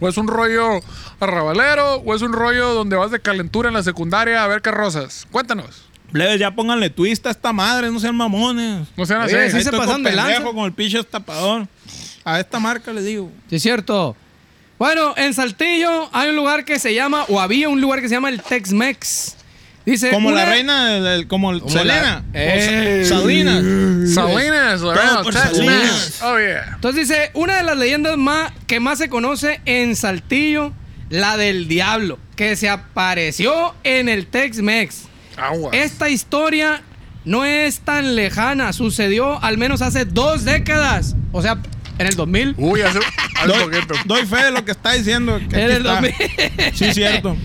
Speaker 2: ¿O es un rollo arrabalero? ¿O es un rollo donde vas de calentura en la secundaria a ver carrozas? Cuéntanos.
Speaker 3: Plebes, ya pónganle twist a esta madre, no sean mamones.
Speaker 2: No sean así.
Speaker 4: Oye, sí
Speaker 3: Ahí
Speaker 4: se
Speaker 3: estoy
Speaker 4: pasan
Speaker 3: con
Speaker 4: de lanza.
Speaker 3: pendejo con el pinche tapador. A esta marca le digo.
Speaker 4: Sí, es cierto. Bueno, en Saltillo hay un lugar que se llama, o había un lugar que se llama el Tex-Mex. Dice.
Speaker 3: Como la
Speaker 4: Eh, una-
Speaker 3: reina, del- del- como, el-
Speaker 4: Como
Speaker 3: Selena.
Speaker 4: la- Eh.
Speaker 3: O Sa- Salinas.
Speaker 2: Salinas, around
Speaker 3: por
Speaker 2: Tex-Mex.
Speaker 3: Salinas.
Speaker 2: Oh, yeah.
Speaker 4: Entonces dice, una de las leyendas más que más se conoce en Saltillo, la del diablo, que se apareció en el Tex-Mex.
Speaker 2: Agua.
Speaker 4: Esta historia no es tan lejana, sucedió al menos hace dos décadas, o sea, en el 2000.
Speaker 2: Uy, hace, hace
Speaker 3: Doy,
Speaker 2: poquito.
Speaker 3: doy fe de lo que está diciendo. que
Speaker 4: En
Speaker 3: aquí
Speaker 4: el
Speaker 3: está.
Speaker 4: 2000.
Speaker 3: Sí, cierto.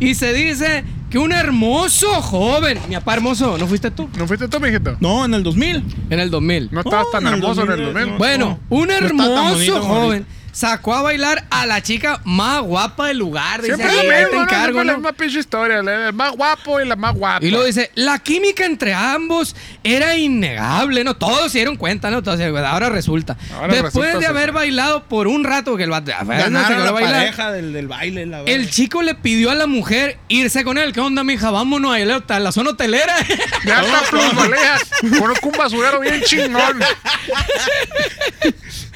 Speaker 4: Y se dice que un hermoso joven, mi papá hermoso, ¿no fuiste tú?
Speaker 2: ¿No fuiste tú, mijito?
Speaker 3: No, en el 2000.
Speaker 4: En el 2000.
Speaker 2: No estabas
Speaker 3: No,
Speaker 2: tan
Speaker 3: en el
Speaker 2: hermoso en el
Speaker 3: 2000,
Speaker 2: 2000.
Speaker 3: no.
Speaker 4: Bueno, un
Speaker 3: No está tan
Speaker 4: hermoso
Speaker 3: bonito como
Speaker 4: joven sacó a bailar a la chica más guapa del lugar. Dice,
Speaker 2: Siempre es lo
Speaker 4: "Ahí
Speaker 2: mismo,
Speaker 4: te
Speaker 2: ¿no?
Speaker 4: encargo,
Speaker 2: Siempre la
Speaker 4: ¿no?".
Speaker 2: misma pinche historia. El el más guapo y la más guapa.
Speaker 4: Y luego dice, la química entre ambos era innegable, ¿no? Todos se dieron cuenta, ¿no? Todos, se- ahora resulta.
Speaker 2: Ahora
Speaker 4: Después
Speaker 2: resulta,
Speaker 4: de haber
Speaker 2: César.
Speaker 4: bailado por un rato, que el vato ya fue, no se
Speaker 3: Ganaron
Speaker 4: quedó
Speaker 3: la
Speaker 4: a bailar,
Speaker 3: pareja del, del baile. La verdad.
Speaker 4: El chico le pidió a la mujer irse con él. ¿Qué onda, mija? Vámonos a la- a la zona hotelera.
Speaker 2: De alta plusvalía. Conozco un basurero bien chingón.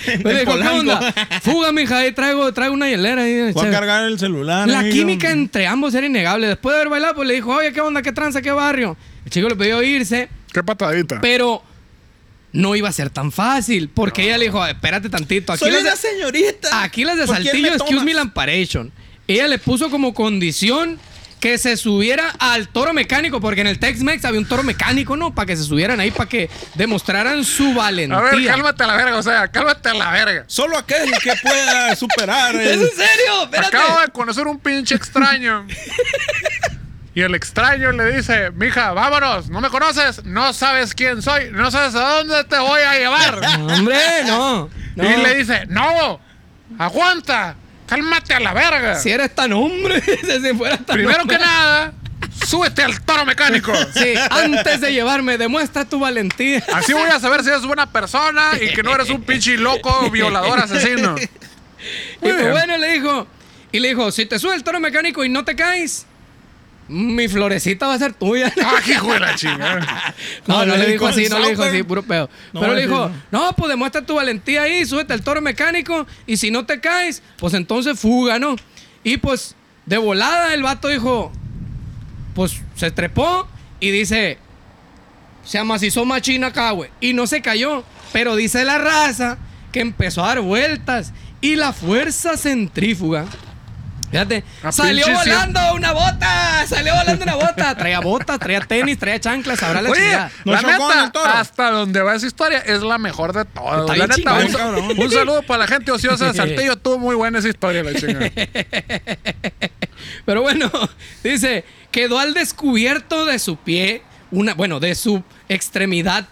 Speaker 4: Le dijo, ¿qué
Speaker 3: Polanco.
Speaker 4: onda? Fuga, mija, ahí traigo, traigo una hielera. ahí,
Speaker 3: Voy a
Speaker 4: chévere".
Speaker 3: cargar el celular.
Speaker 4: La
Speaker 3: amigo.
Speaker 4: química entre ambos era innegable. Después de haber bailado, pues le dijo, oye, ¿qué onda? ¿Qué tranza? ¿Qué barrio? El chico le pidió irse,
Speaker 2: Qué patadita.
Speaker 4: pero no iba a ser tan fácil. Porque ella le dijo, espérate tantito. Aquí
Speaker 3: Soy
Speaker 4: las
Speaker 3: una
Speaker 4: de,
Speaker 3: señorita.
Speaker 4: aquí las de
Speaker 3: ¿Por quién
Speaker 4: Saltillo,
Speaker 3: me
Speaker 4: excuse me,
Speaker 3: tomas?
Speaker 4: Lamparation. Ella le puso como condición que se subiera al toro mecánico, porque en el Tex-Mex había un toro mecánico, ¿no? Para que se subieran ahí, para que demostraran su valentía.
Speaker 2: A ver, cálmate a la verga, o sea, cálmate a la verga.
Speaker 3: Solo aquel que pueda superar
Speaker 4: ¿Es en
Speaker 3: el...
Speaker 4: serio? Espérate.
Speaker 2: Acabo de conocer un pinche extraño. Y el extraño le dice, mija, vámonos, no me conoces, no sabes quién soy, no sabes a dónde te voy a llevar.
Speaker 4: No, Hombre, no. no.
Speaker 2: Y le dice, no, aguanta, cálmate a la verga.
Speaker 4: Si eres tan hombre, si fueras tan
Speaker 2: Primero
Speaker 4: hombre.
Speaker 2: que nada, súbete al toro mecánico.
Speaker 4: Sí, antes de llevarme, demuestra tu valentía.
Speaker 2: Así voy a saber si eres buena persona y que no eres un pinche loco, violador, asesino.
Speaker 4: Y pues bueno, le dijo. Y le dijo, si te sube el toro mecánico y no te caes, Mi florecita va a ser tuya.
Speaker 2: ¡Ah, hijo de la chingada!
Speaker 4: No, no
Speaker 3: le
Speaker 4: le
Speaker 3: dijo
Speaker 4: dijo así,
Speaker 3: el
Speaker 4: no le dijo
Speaker 3: Sauber.
Speaker 4: así, puro pedo.
Speaker 3: No,
Speaker 4: Pero le
Speaker 3: así
Speaker 4: dijo,
Speaker 3: no.
Speaker 4: no, pues demuestra tu valentía ahí, súbete al toro mecánico y si no te caes, pues entonces fuga, ¿no? Y pues de volada el vato dijo, pues se trepó y dice, se amacizó machina acá, güey. Y no se cayó, pero dice la raza que empezó a dar vueltas y la fuerza centrífuga. Fíjate,
Speaker 2: Ah,
Speaker 4: salió
Speaker 2: pinche cien-
Speaker 4: volando una bota, salió volando una bota. Traía botas, traía tenis, traía chanclas, sabrá la
Speaker 2: Oye,
Speaker 4: chingada.
Speaker 3: No
Speaker 2: la
Speaker 3: chocó en el toro.
Speaker 2: neta, hasta donde va esa historia, es la mejor de todas.
Speaker 4: Está
Speaker 2: La
Speaker 4: bien
Speaker 2: neta, un,
Speaker 3: chingón,
Speaker 2: sa-
Speaker 3: cabrón.
Speaker 2: un saludo para la gente ociosa de Saltillo. Tuvo muy buena esa historia, la chingada.
Speaker 4: Pero bueno, dice, quedó al descubierto de su pie, una, bueno, de su extremidad.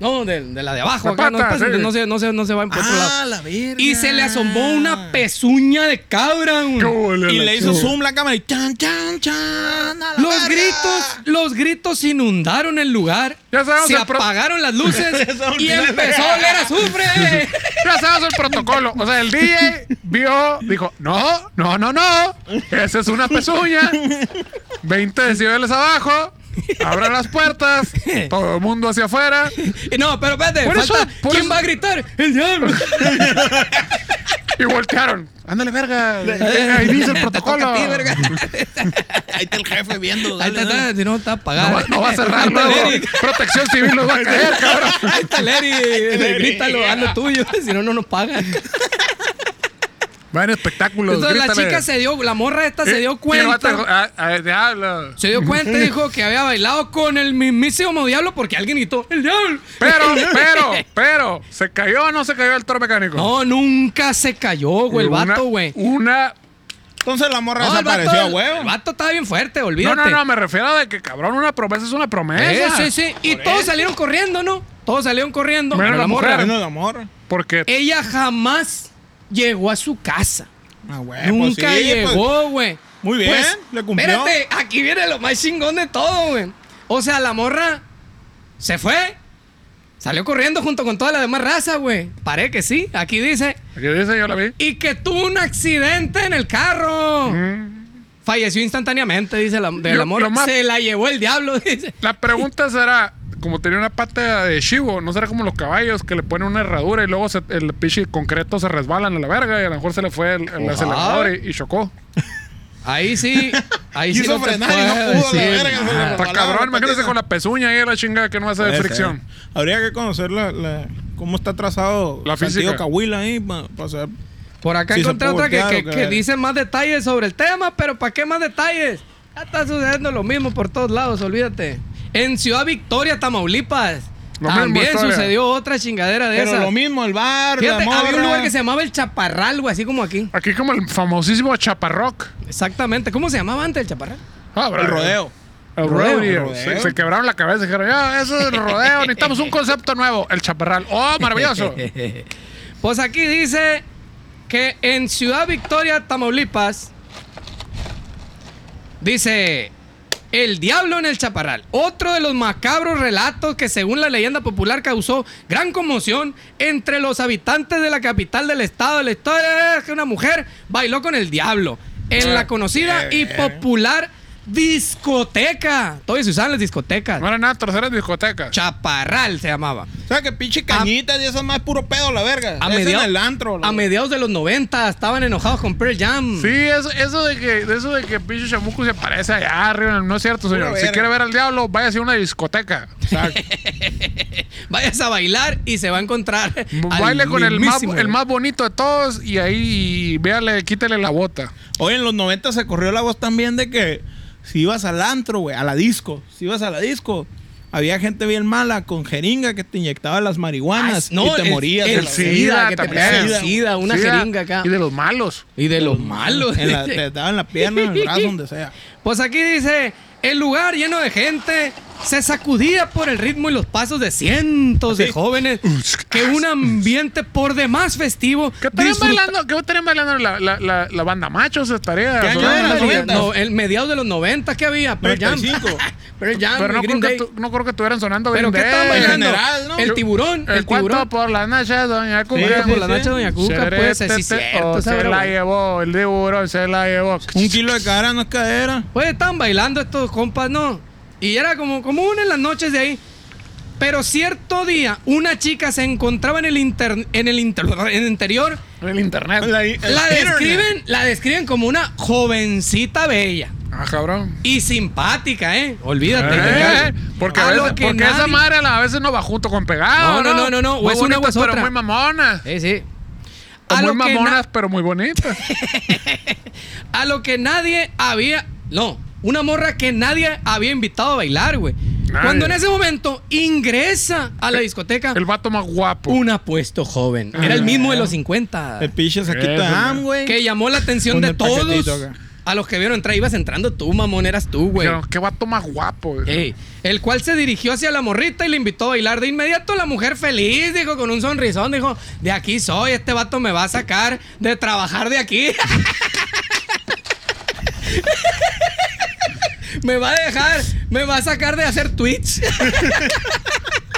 Speaker 4: No, de, de la de abajo,
Speaker 2: La
Speaker 4: acá, no,
Speaker 2: pata,
Speaker 4: pues,
Speaker 2: sí. Ah,
Speaker 4: no se, no, se, no se va en por otro lado.
Speaker 3: Ah, la verga.
Speaker 4: Y se le asombró una pezuña de cabra. güey.
Speaker 2: Qué huele
Speaker 3: Y
Speaker 2: la
Speaker 3: le hizo
Speaker 2: chingada.
Speaker 3: zoom la cámara y chan, chan, chan. a la
Speaker 4: Los
Speaker 3: verga.
Speaker 4: gritos, los gritos inundaron el lugar.
Speaker 2: Ya sabemos
Speaker 4: se
Speaker 2: el pro-
Speaker 4: apagaron las luces
Speaker 3: Eso
Speaker 4: y
Speaker 3: no es
Speaker 4: empezó a oler a azufre.
Speaker 2: Ya sabes el protocolo. O sea, el DJ vio, dijo, no, no, no, no. Esa es una pezuña. 20 decibeles abajo. Abra las puertas. Todo el mundo hacia afuera.
Speaker 4: Y no, pero espérate,
Speaker 2: Por eso-
Speaker 4: falta-
Speaker 2: por
Speaker 4: ¿quién
Speaker 2: eso-
Speaker 4: va a gritar? El diablo.
Speaker 2: Y voltearon. Ándale, verga. Ahí dice el protocolo.
Speaker 4: Toca a ti, verga.
Speaker 3: Ahí está el jefe viendo.
Speaker 4: Ahí
Speaker 3: dale,
Speaker 4: está,
Speaker 3: dale.
Speaker 4: está, si no está
Speaker 2: No,
Speaker 4: apagado.
Speaker 2: va- no va a cerrar
Speaker 4: Ahí está el
Speaker 2: luego.
Speaker 4: Eric,
Speaker 2: Protección civil nos va a caer, cabrón.
Speaker 4: Ahí está el Eric, grítalo, haz lo tuyo, si no, no nos pagan.
Speaker 2: Va en espectáculos.
Speaker 4: Entonces la
Speaker 2: grítale.
Speaker 4: chica se dio, la morra esta se
Speaker 2: Eh,
Speaker 4: dio
Speaker 2: y el vato-
Speaker 4: cuenta.
Speaker 2: ah, ah, Diablo.
Speaker 4: Se dio cuenta y dijo que había bailado con el mismísimo diablo porque alguien gritó, el diablo.
Speaker 2: Pero, pero, pero, ¿se cayó o no se cayó el toro mecánico?
Speaker 4: No, nunca se cayó, güey, el
Speaker 2: Una-
Speaker 4: vato, güey.
Speaker 2: Una
Speaker 3: Entonces la morra
Speaker 4: No, el vato,
Speaker 3: desapareció a
Speaker 4: el
Speaker 3: huevo.
Speaker 4: vato estaba bien fuerte,
Speaker 2: No,
Speaker 4: olvídate.
Speaker 2: no,
Speaker 4: Eh,
Speaker 2: no, me refiero a de que cabrón, una promesa es una promesa.
Speaker 4: Sí, sí, sí. Y todos salieron corriendo, ¿no? Todos salieron corriendo.
Speaker 2: Menos
Speaker 4: Pero
Speaker 2: la mujer.
Speaker 4: morra,
Speaker 3: Menos la morra.
Speaker 2: Porque
Speaker 4: Ella jamás llegó a su casa.
Speaker 3: Ah, huevo,
Speaker 4: Nunca
Speaker 3: sí, pues,
Speaker 4: llegó, güey. Pues,
Speaker 3: Muy bien, le cumplió.
Speaker 4: Espérate, aquí viene lo más chingón de todo, güey. O sea, la morra se fue, salió corriendo junto con toda la demás raza, güey. Paré que sí, aquí dice.
Speaker 2: aquí dice, yo la vi.
Speaker 4: Y que tuvo un accidente en el carro.
Speaker 3: Mm.
Speaker 4: Falleció instantáneamente, dice la, de
Speaker 2: Lo-
Speaker 4: la morra.
Speaker 2: lo más-
Speaker 4: Se la llevó el diablo, dice.
Speaker 2: La pregunta será, como tenía una pata de chivo, ¿no será como los caballos que le ponen una herradura y luego se- el pinche concreto se resbalan a la verga y a lo mejor se le fue el, el
Speaker 4: Ojalá.
Speaker 2: acelerador y, y chocó?
Speaker 4: Ahí sí, ahí sí.
Speaker 3: Quiso
Speaker 4: te
Speaker 3: frenar y no
Speaker 4: puedo
Speaker 3: pudo, la
Speaker 4: decir
Speaker 3: verga, se le
Speaker 4: nada.
Speaker 3: Ojalá,
Speaker 2: Está cabrón, imagínate
Speaker 3: patita.
Speaker 2: con la pezuña ahí la chinga que no hace
Speaker 3: Puede
Speaker 2: fricción.
Speaker 3: ser. Habría que conocer la, la- cómo está trazado
Speaker 2: La
Speaker 3: Santiago
Speaker 2: física.
Speaker 3: Cahuila ahí para saber.
Speaker 4: Por acá
Speaker 3: Sí, se
Speaker 4: encontré
Speaker 3: puede
Speaker 4: otra que,
Speaker 3: voltear
Speaker 4: que-
Speaker 3: o qué
Speaker 4: que
Speaker 3: verga.
Speaker 4: dice más detalles sobre el tema, pero ¿para qué más detalles? Ya está sucediendo lo mismo por todos lados, olvídate. En Ciudad Victoria, Tamaulipas,
Speaker 2: Lo mismo,
Speaker 4: también
Speaker 2: Victoria.
Speaker 4: sucedió otra chingadera de
Speaker 3: Pero
Speaker 4: esas.
Speaker 3: lo mismo, el bar, la
Speaker 4: Fíjate,
Speaker 3: morra.
Speaker 4: había un lugar que se llamaba El Chaparral, güey, así como aquí.
Speaker 2: Aquí como el famosísimo chaparroc.
Speaker 4: Exactamente. ¿Cómo se llamaba antes el Chaparral?
Speaker 2: Ah,
Speaker 3: El
Speaker 2: brother.
Speaker 3: rodeo.
Speaker 2: El
Speaker 4: Rodeo,
Speaker 2: rodeo.
Speaker 3: rodeo.
Speaker 2: Se, se quebraron la cabeza y dijeron, ya, eso es el rodeo, necesitamos un concepto nuevo. El chaparral. ¡Oh, maravilloso!
Speaker 4: Pues aquí dice que en Ciudad Victoria, Tamaulipas, dice El Diablo en el Chaparral, otro de los macabros relatos que según la leyenda popular causó gran conmoción entre los habitantes de la capital del estado. La historia es que una mujer bailó con el diablo en la conocida y popular discoteca. Todavía se usaban las discotecas.
Speaker 2: No era nada, tercera discoteca.
Speaker 4: Chaparral se llamaba.
Speaker 3: O sea, que pinche cañitas y eso es más puro pedo, la verga.
Speaker 4: A,
Speaker 3: es
Speaker 4: media-
Speaker 3: en el antro. la
Speaker 4: a
Speaker 3: verga.
Speaker 4: mediados de los 90 estaban enojados con Pearl Jam.
Speaker 2: Sí, eso, eso de que de eso de que pinche chamuco se aparece allá arriba, no es cierto, señor.
Speaker 3: Pura
Speaker 2: Si
Speaker 3: verga.
Speaker 2: quiere ver al diablo, váyase a una discoteca.
Speaker 3: Exacto.
Speaker 4: Vayas a bailar y se va a encontrar. al
Speaker 2: Baile con el más,
Speaker 4: mismísimo.
Speaker 2: el más bonito de todos y ahí véale, quítele la bota.
Speaker 3: Oye, en los 90 se corrió la voz también de que si ibas al antro, güey, a la disco, si ibas a la disco, había gente bien mala con jeringa que te inyectaba las marihuanas
Speaker 4: Ah, no,
Speaker 3: y te
Speaker 4: el-
Speaker 3: morías. de
Speaker 4: el
Speaker 3: la
Speaker 4: SIDA,
Speaker 3: verga.
Speaker 4: que te
Speaker 2: también.
Speaker 4: pega el SIDA, una
Speaker 2: SIDA
Speaker 4: jeringa acá.
Speaker 2: Y de los malos.
Speaker 4: Y de los malos.
Speaker 3: En la- te daban la pierna, en el brazo, donde sea.
Speaker 4: Pues aquí dice, el lugar lleno de gente se sacudía por el ritmo y los pasos de cientos de jóvenes que un ambiente por demás festivo
Speaker 2: ¿Qué estarían
Speaker 4: disfruta-
Speaker 2: bailando? ¿Qué estarían bailando la, la, la, la banda machos? Estaría.
Speaker 3: ¿Qué año
Speaker 2: sonando
Speaker 3: era?
Speaker 2: esa
Speaker 3: ¿Noventa?
Speaker 2: mierda.
Speaker 4: No, el mediados de los 90 que había, Pearl Jam.
Speaker 3: 95.
Speaker 4: Pearl Jam,
Speaker 2: Pero no creo,
Speaker 4: Green
Speaker 2: que
Speaker 4: Day.
Speaker 2: tu- no creo que estuvieran sonando
Speaker 4: Pero ¿qué
Speaker 2: Green
Speaker 4: estaban
Speaker 2: Day.
Speaker 3: En
Speaker 4: bailando?
Speaker 3: general, ¿no?
Speaker 4: El tiburón, el,
Speaker 2: El cuento
Speaker 4: tiburón.
Speaker 2: por la noche, doña Cuca.
Speaker 4: Bueno, por la
Speaker 3: sí,
Speaker 4: noche
Speaker 3: sí.
Speaker 4: Doña Cuca,
Speaker 2: Serete,
Speaker 4: pues, sí,
Speaker 2: te-
Speaker 4: cierto,
Speaker 2: oh,
Speaker 4: esa
Speaker 2: se
Speaker 4: era
Speaker 2: la
Speaker 4: buena.
Speaker 2: llevó, el tiburón se la llevó.
Speaker 3: Un kilo de cadera no es cadera.
Speaker 4: Pues estaban bailando estos compas, ¿no? Y era como común en las noches de ahí. Pero cierto día, una chica se encontraba en el, inter- en el, inter- en el interior.
Speaker 2: El internet.
Speaker 4: La describen, la describen como una jovencita bella
Speaker 2: Ah, cabrón.
Speaker 4: y simpática, ¿eh? Olvídate.
Speaker 2: Eh, porque a
Speaker 4: A lo
Speaker 2: veces-
Speaker 4: que
Speaker 2: porque esa
Speaker 4: nadie-
Speaker 2: madre a veces no va junto con pegado.
Speaker 4: No, no, no, no, no, o
Speaker 2: Muy
Speaker 4: es una o
Speaker 2: bonitas,
Speaker 4: es
Speaker 2: pero
Speaker 4: otra.
Speaker 2: muy mamonas.
Speaker 4: Sí, sí.
Speaker 2: O
Speaker 4: A
Speaker 2: muy
Speaker 4: lo, que na-
Speaker 2: mamonas, pero muy bonitas.
Speaker 4: a lo que nadie había. No, una morra que nadie había invitado a bailar, güey.
Speaker 2: Nadie.
Speaker 4: Cuando en ese momento ingresa a la discoteca
Speaker 2: El Ah. vato más guapo.
Speaker 4: un apuesto joven. Era el mismo de los 50.
Speaker 3: El pinche saquito de
Speaker 2: Eso,
Speaker 3: ham, güey.
Speaker 4: Que llamó la atención
Speaker 3: Con
Speaker 4: de
Speaker 3: el paquetito
Speaker 4: todos.
Speaker 3: acá.
Speaker 4: A los que vieron entrar, ibas entrando tú, mamón, eras tú, güey. Eh.
Speaker 2: Dijeron, Qué vato más guapo.
Speaker 4: Ey, el cual se dirigió hacia la morrita y le invitó a bailar. De inmediato la mujer feliz, dijo, con un sonrisón, dijo, de aquí soy, este vato me va a sacar de trabajar de aquí. me va a dejar, me va a sacar de hacer tweets.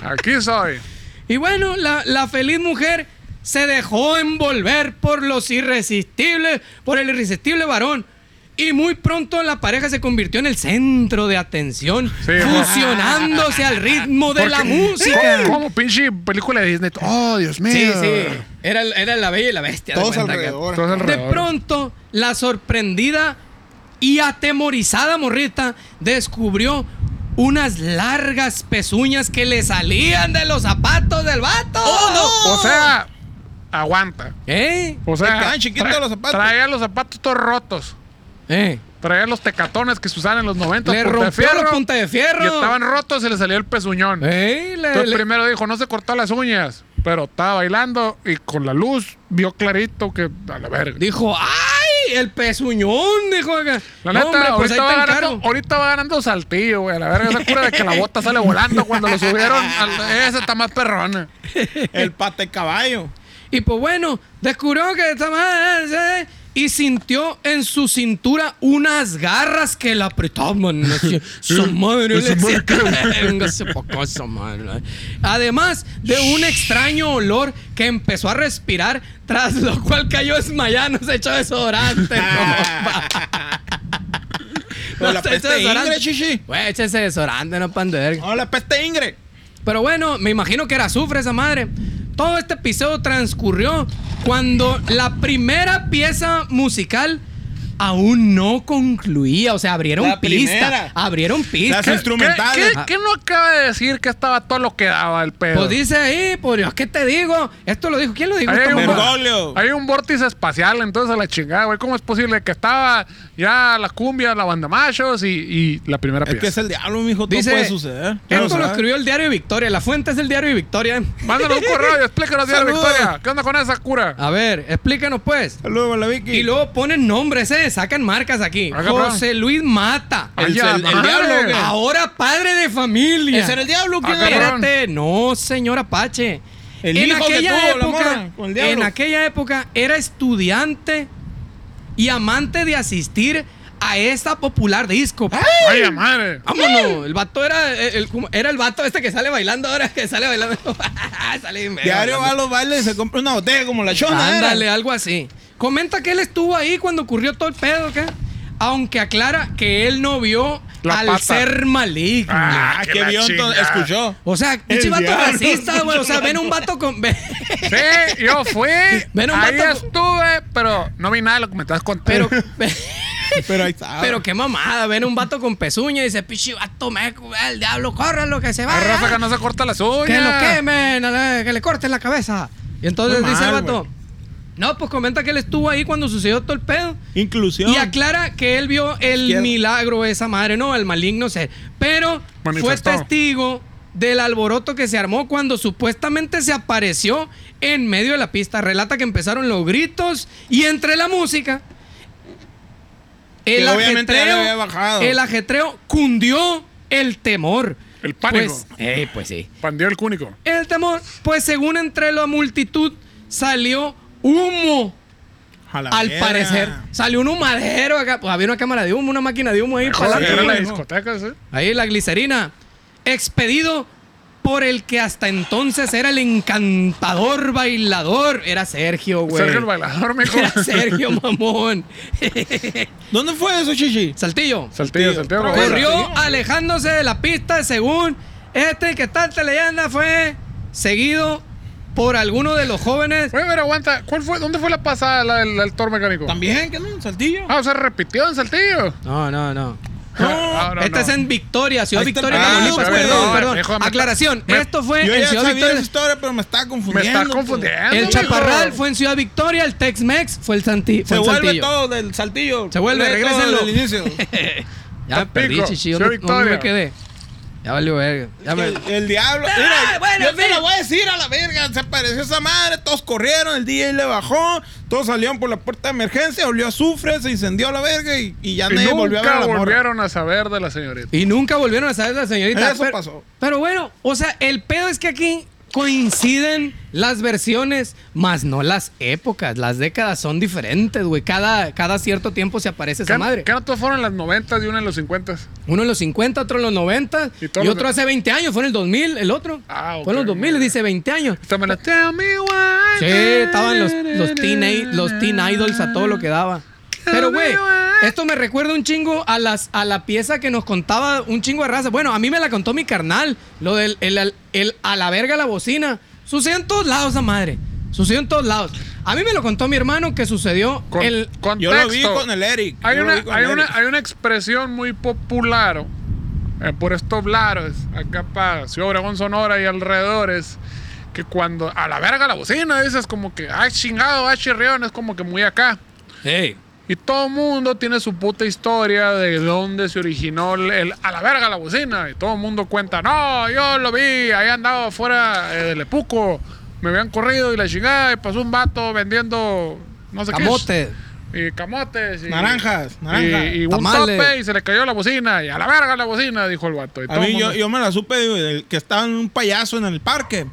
Speaker 2: Aquí soy.
Speaker 4: y bueno, la, la feliz mujer se dejó envolver por los irresistibles, por el irresistible varón. Y muy pronto la pareja se convirtió en el centro de atención,
Speaker 2: Sí, mo-
Speaker 4: fusionándose al ritmo de la
Speaker 2: Porque-
Speaker 4: música.
Speaker 2: Como pinche película de Disney. Oh, Dios mío.
Speaker 4: Sí, sí. Era, era la bella y la bestia. de
Speaker 3: Todos
Speaker 4: cuenta que-
Speaker 3: alrededor.
Speaker 2: Todos
Speaker 4: De
Speaker 2: alrededor.
Speaker 4: pronto, la sorprendida y atemorizada morrita descubrió unas largas pezuñas que le salían de los zapatos del vato.
Speaker 2: O sea, aguanta.
Speaker 4: ¿Eh?
Speaker 2: O sea,
Speaker 3: quedan chiquitos los zapatos.
Speaker 2: Traía los zapatos todos rotos.
Speaker 4: ¿Eh?
Speaker 2: Traía los tecatones que se usaban en los 90.
Speaker 4: Le
Speaker 2: punta de
Speaker 4: rompió
Speaker 2: fierro,
Speaker 4: la punta de fierro.
Speaker 2: Y estaban rotos y le salió el pezuñón.
Speaker 4: ¿Eh? Le-
Speaker 2: Entonces
Speaker 4: le-
Speaker 2: primero dijo, no se cortó las uñas. Pero estaba bailando y con la luz vio clarito que a la verga.
Speaker 4: Dijo, ¡ay! El pezuñón, dijo acá.
Speaker 2: La
Speaker 4: No,
Speaker 2: neta,
Speaker 4: hombre, pues ahí
Speaker 2: ahorita, va
Speaker 4: te
Speaker 2: ganando,
Speaker 4: encargo.
Speaker 2: ahorita va ganando saltillo, güey. A La verga, esa cura de que la bota sale volando cuando lo subieron. al- esa está más perrona.
Speaker 3: El pate caballo.
Speaker 4: Y pues bueno, descubrió que esta madre, eh, y sintió en su cintura unas garras que la apretaban. así, Su madre le decía, "Véngase pa' acá, esa madre". Además de un extraño olor que empezó a respirar, tras lo cual cayó desmayado, no se echó desodorante. compa.
Speaker 3: O la
Speaker 4: se echó
Speaker 3: peste
Speaker 4: desodorante.
Speaker 3: ingre, chichi.
Speaker 4: Güey, échese desodorante, no pan de verga.
Speaker 3: No, la peste ingre.
Speaker 4: Pero bueno, me imagino que era azufre esa madre. Todo este episodio transcurrió cuando la primera pieza musical aún no concluía. O sea, abrieron
Speaker 3: La
Speaker 4: pista.
Speaker 3: primera.
Speaker 4: Abrieron pista.
Speaker 3: Las instrumentales.
Speaker 2: ¿Qué, qué, qué no acaba de decir que estaba todo lo que daba el pedo?
Speaker 4: Pues dice ahí, por Dios, ¿qué te digo? Esto lo dijo. ¿Quién lo dijo?
Speaker 2: Ahí
Speaker 4: Esta
Speaker 2: hay, un,
Speaker 4: mamada?
Speaker 3: Bergoglio.
Speaker 2: hay un vórtice espacial, entonces a la chingada, güey. ¿Cómo es posible que estaba ya la cumbia, la banda machos y, y la primera
Speaker 3: Es
Speaker 2: pieza?
Speaker 3: que es el diablo, mijo. Todo
Speaker 4: Dice,
Speaker 3: puede suceder. Claro,
Speaker 4: esto lo
Speaker 3: ¿sabes?
Speaker 4: escribió el diario Victoria. La fuente es el diario Victoria.
Speaker 2: Mándale un correo y explícanos, señora
Speaker 3: Saludos.
Speaker 2: Victoria. ¿Qué onda con esa cura?
Speaker 4: A ver, explícanos pues.
Speaker 3: Saludos, la Vicky.
Speaker 4: Y luego ponen nombres, ¿eh? Sacan marcas aquí.
Speaker 2: Ah, cabrón.
Speaker 4: José Luis Mata.
Speaker 2: Ay,
Speaker 3: el-
Speaker 2: ya,
Speaker 3: el- el
Speaker 2: madre.
Speaker 3: diablo, güey. Ah,
Speaker 4: Ahora padre de familia.
Speaker 3: ¿Ese era el diablo? ¿Quién
Speaker 2: Ah,
Speaker 3: era?
Speaker 2: cabrón.
Speaker 4: Espérate, no, señor Apache.
Speaker 3: El hijo que tuvo la morra con el diablo.
Speaker 4: en aquella época era estudiante y amante de asistir a esta popular disco.
Speaker 2: Ay, la madre.
Speaker 4: Vámonos, el vato era eh, el, el- era el vato este que sale bailando ahora, que sale bailando. sale bien verga
Speaker 3: Diario va a
Speaker 4: bailando.
Speaker 3: los bailes y se compra una botella como la chona. era.
Speaker 4: Ándale, algo así. Comenta que él estuvo ahí cuando ocurrió todo el pedo, ¿qué? Aunque aclara que él no vio
Speaker 2: La
Speaker 4: al
Speaker 2: pata.
Speaker 4: ser maligno.
Speaker 3: Ah, qué
Speaker 2: la
Speaker 3: bien
Speaker 2: chingada.
Speaker 3: escuchó.
Speaker 4: O sea, pinche vato
Speaker 3: diablo,
Speaker 4: racista, güey. O sea, ven un vato con. ven-
Speaker 2: Sí, yo fui.
Speaker 4: Ven un
Speaker 2: ahí
Speaker 4: vato-
Speaker 2: estuve, pero no vi nada de lo que me estás contando.
Speaker 4: Pero.
Speaker 3: Pero ahí está.
Speaker 4: Pero qué mamada, ven un vato con pezuña y dice, pinche vato, meco, el diablo, lo que se va.
Speaker 2: Hay raza que no se corta las uñas.
Speaker 4: ah, Que lo quemen, a la- que le corten la cabeza. Y entonces
Speaker 3: Muy
Speaker 4: dice el
Speaker 3: mal,
Speaker 4: vato.
Speaker 3: güey.
Speaker 4: No, pues comenta que él estuvo ahí cuando sucedió todo el pedo.
Speaker 3: Inclusión.
Speaker 4: Y aclara que él vio el
Speaker 3: Izquierda.
Speaker 4: milagro de esa madre, no, el maligno ser. Pero
Speaker 2: Manifestó.
Speaker 4: fue testigo del alboroto que se armó cuando supuestamente se apareció en medio de la pista. Relata que empezaron los gritos y entre la música. El
Speaker 3: Que obviamente ya le
Speaker 4: ajetreo,
Speaker 3: había bajado.
Speaker 4: el ajetreo cundió el temor.
Speaker 2: El pánico.
Speaker 4: Pues,
Speaker 5: Eh, pues sí.
Speaker 2: Pandió el cúnico.
Speaker 4: el temor, pues según entre la multitud salió humo.
Speaker 3: A la
Speaker 4: Al
Speaker 3: verga.
Speaker 4: parecer, salió un humadero acá. Pues había una cámara de humo, una máquina de humo ahí. para
Speaker 2: Joder,
Speaker 4: adelante,
Speaker 2: era
Speaker 4: ¿no?
Speaker 2: la
Speaker 3: ¿no?
Speaker 2: discoteca, ¿sí?
Speaker 4: Ahí la glicerina. Expedido por el que hasta entonces era el encantador bailador. Era Sergio, güey.
Speaker 2: Sergio el bailador, mijo.
Speaker 4: Era Sergio, mamón.
Speaker 3: ¿Dónde fue eso, Chichi?
Speaker 4: Saltillo.
Speaker 2: Saltillo, Saltillo.
Speaker 3: Otra
Speaker 2: Coahuila.
Speaker 3: vez.
Speaker 4: Corrió
Speaker 3: Saltillo.
Speaker 4: alejándose de la pista según este que tanta leyenda fue seguido por alguno de los jóvenes.
Speaker 2: Oye, pero aguanta. ¿Cuál fue? ¿Dónde fue la pasada la del, del Thor mecánico?
Speaker 3: También, ¿qué no? Saltillo.
Speaker 2: Ah, o sea, repitió en Saltillo. Ah,
Speaker 4: No, no, no.
Speaker 2: No, no,
Speaker 4: Esta
Speaker 2: no.
Speaker 4: Este es en Victoria, Ciudad
Speaker 3: Ahí está
Speaker 4: Victoria,
Speaker 3: el pedo,
Speaker 4: Tamaulipas.
Speaker 3: pues.
Speaker 4: Perdón,
Speaker 3: No,
Speaker 4: perdón.
Speaker 2: hijo, me-
Speaker 4: Aclaración,
Speaker 2: me-
Speaker 4: esto fue
Speaker 3: Yo
Speaker 4: en
Speaker 3: ya
Speaker 4: Ciudad
Speaker 3: sabía
Speaker 4: Victoria.
Speaker 3: esa historia, pero me estaba
Speaker 2: Me
Speaker 3: confundiendo.
Speaker 2: está
Speaker 3: pues.
Speaker 2: confundiendo.
Speaker 4: El
Speaker 2: mijo.
Speaker 4: Chaparral fue en Ciudad Victoria, el Tex-Mex fue el Santi, fue
Speaker 3: Se
Speaker 4: en
Speaker 3: vuelve
Speaker 4: Saltillo.
Speaker 3: todo del saltillo.
Speaker 4: Se vuelve,
Speaker 3: Todo
Speaker 4: regrésenlo.
Speaker 3: del inicio.
Speaker 4: Ya me perdí,
Speaker 2: Tampico,
Speaker 4: chichi,
Speaker 2: Ciudad
Speaker 4: ¿dónde, dónde me
Speaker 2: Victoria.
Speaker 4: quedé? Ya valió verga. Ya me- Ah,
Speaker 3: el, el diablo. Mira,
Speaker 4: bueno,
Speaker 3: yo te
Speaker 4: mira.
Speaker 3: lo voy a decir a la verga. Se apareció esa madre. Todos corrieron. El DJ le bajó. Todos salieron por la puerta de emergencia. Olió a azufre. Se incendió a la verga. Y, y ya
Speaker 2: Y
Speaker 3: nadie
Speaker 2: nunca
Speaker 3: volvió a ver a la morra.
Speaker 2: volvieron a saber de la señorita.
Speaker 4: Y nunca volvieron a saber la señorita.
Speaker 3: Eso
Speaker 4: pero,
Speaker 3: pasó.
Speaker 4: Pero bueno, o sea, el pedo es que aquí coinciden las versiones, más no las épocas. Las décadas son diferentes, güey. Cada, cada cierto tiempo se aparece
Speaker 2: ¿Qué,
Speaker 4: esa madre.
Speaker 2: ¿Qué no todos fueron las 90 y una en los 50?
Speaker 4: Uno en los 50, otro en los 90
Speaker 2: Y
Speaker 4: y,
Speaker 2: todos los
Speaker 4: otro
Speaker 2: de-
Speaker 4: hace 20 años. Fue en el 2000 el otro.
Speaker 2: Ah, ok.
Speaker 4: Fue en los 2000, dice 20 años.
Speaker 2: Esta me la- Tell me why.
Speaker 4: Sí, estaban los, los, teen, i- los teen idols a todo lo que daba. Pero, güey, esto me recuerda un chingo a, las, a la pieza que nos contaba un chingo de raza. Bueno, a mí me la contó mi carnal, lo del el, al- el a la verga la bocina. Sucedió en todos lados esa madre. Sucedió en todos lados. A mí me lo contó mi hermano que sucedió
Speaker 2: Con-
Speaker 4: el...
Speaker 3: Yo lo vi
Speaker 2: contexto.
Speaker 3: con el Eric.
Speaker 2: Hay
Speaker 3: yo lo
Speaker 2: una,
Speaker 3: vi con
Speaker 2: hay,
Speaker 3: el
Speaker 2: una,
Speaker 3: Eric.
Speaker 2: hay una expresión muy popular eh, por estos lares, acá para Ciudad Obregón, Sonora y alrededores, que cuando a la verga la bocina dices como que, ay chingado, ay chirrión, es como que muy acá. Y todo mundo tiene su puta historia de dónde se originó el, el a la verga la bocina. Y todo el mundo cuenta, no, yo lo vi, ahí andaba fuera eh, del Epuco, me habían corrido y la chingada, y pasó un vato vendiendo, no sé qué.
Speaker 4: Camote.
Speaker 2: Y camotes. Y,
Speaker 3: Naranjas, naranjas.
Speaker 2: Y, y un
Speaker 4: Tamales.
Speaker 2: tope y se le cayó la bocina. Y a la verga la bocina, dijo el vato. Y
Speaker 3: A
Speaker 2: todo
Speaker 3: mí
Speaker 2: el
Speaker 3: yo,
Speaker 2: mundo-
Speaker 3: yo me la supe güey, del que estaban un payaso en el parque.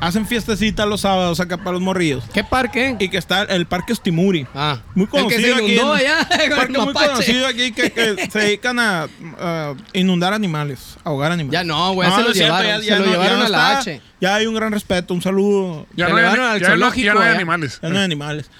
Speaker 3: Hacen fiestecita los sábados acá para los morrillos.
Speaker 4: ¿Qué parque?
Speaker 3: Y que está el parque Ostimuri.
Speaker 4: Ah,
Speaker 3: Muy
Speaker 4: el que se
Speaker 3: conocido aquí.
Speaker 4: inundó
Speaker 3: en-
Speaker 4: allá con el
Speaker 3: parque muy
Speaker 4: mapache.
Speaker 3: conocido aquí que, que se dedican a a inundar animales, a ahogar animales.
Speaker 4: Ya no, güey, se lo
Speaker 3: es cierto,
Speaker 4: llevaron, se lo llevaron a la H.
Speaker 3: Ya hay un gran respeto, un saludo.
Speaker 2: ya,
Speaker 4: te
Speaker 2: no hay,
Speaker 4: llevaron
Speaker 2: ani-
Speaker 4: al
Speaker 2: ya no-
Speaker 4: zoológico
Speaker 2: ya no hay
Speaker 4: allá.
Speaker 2: animales.
Speaker 3: Ya no hay animales.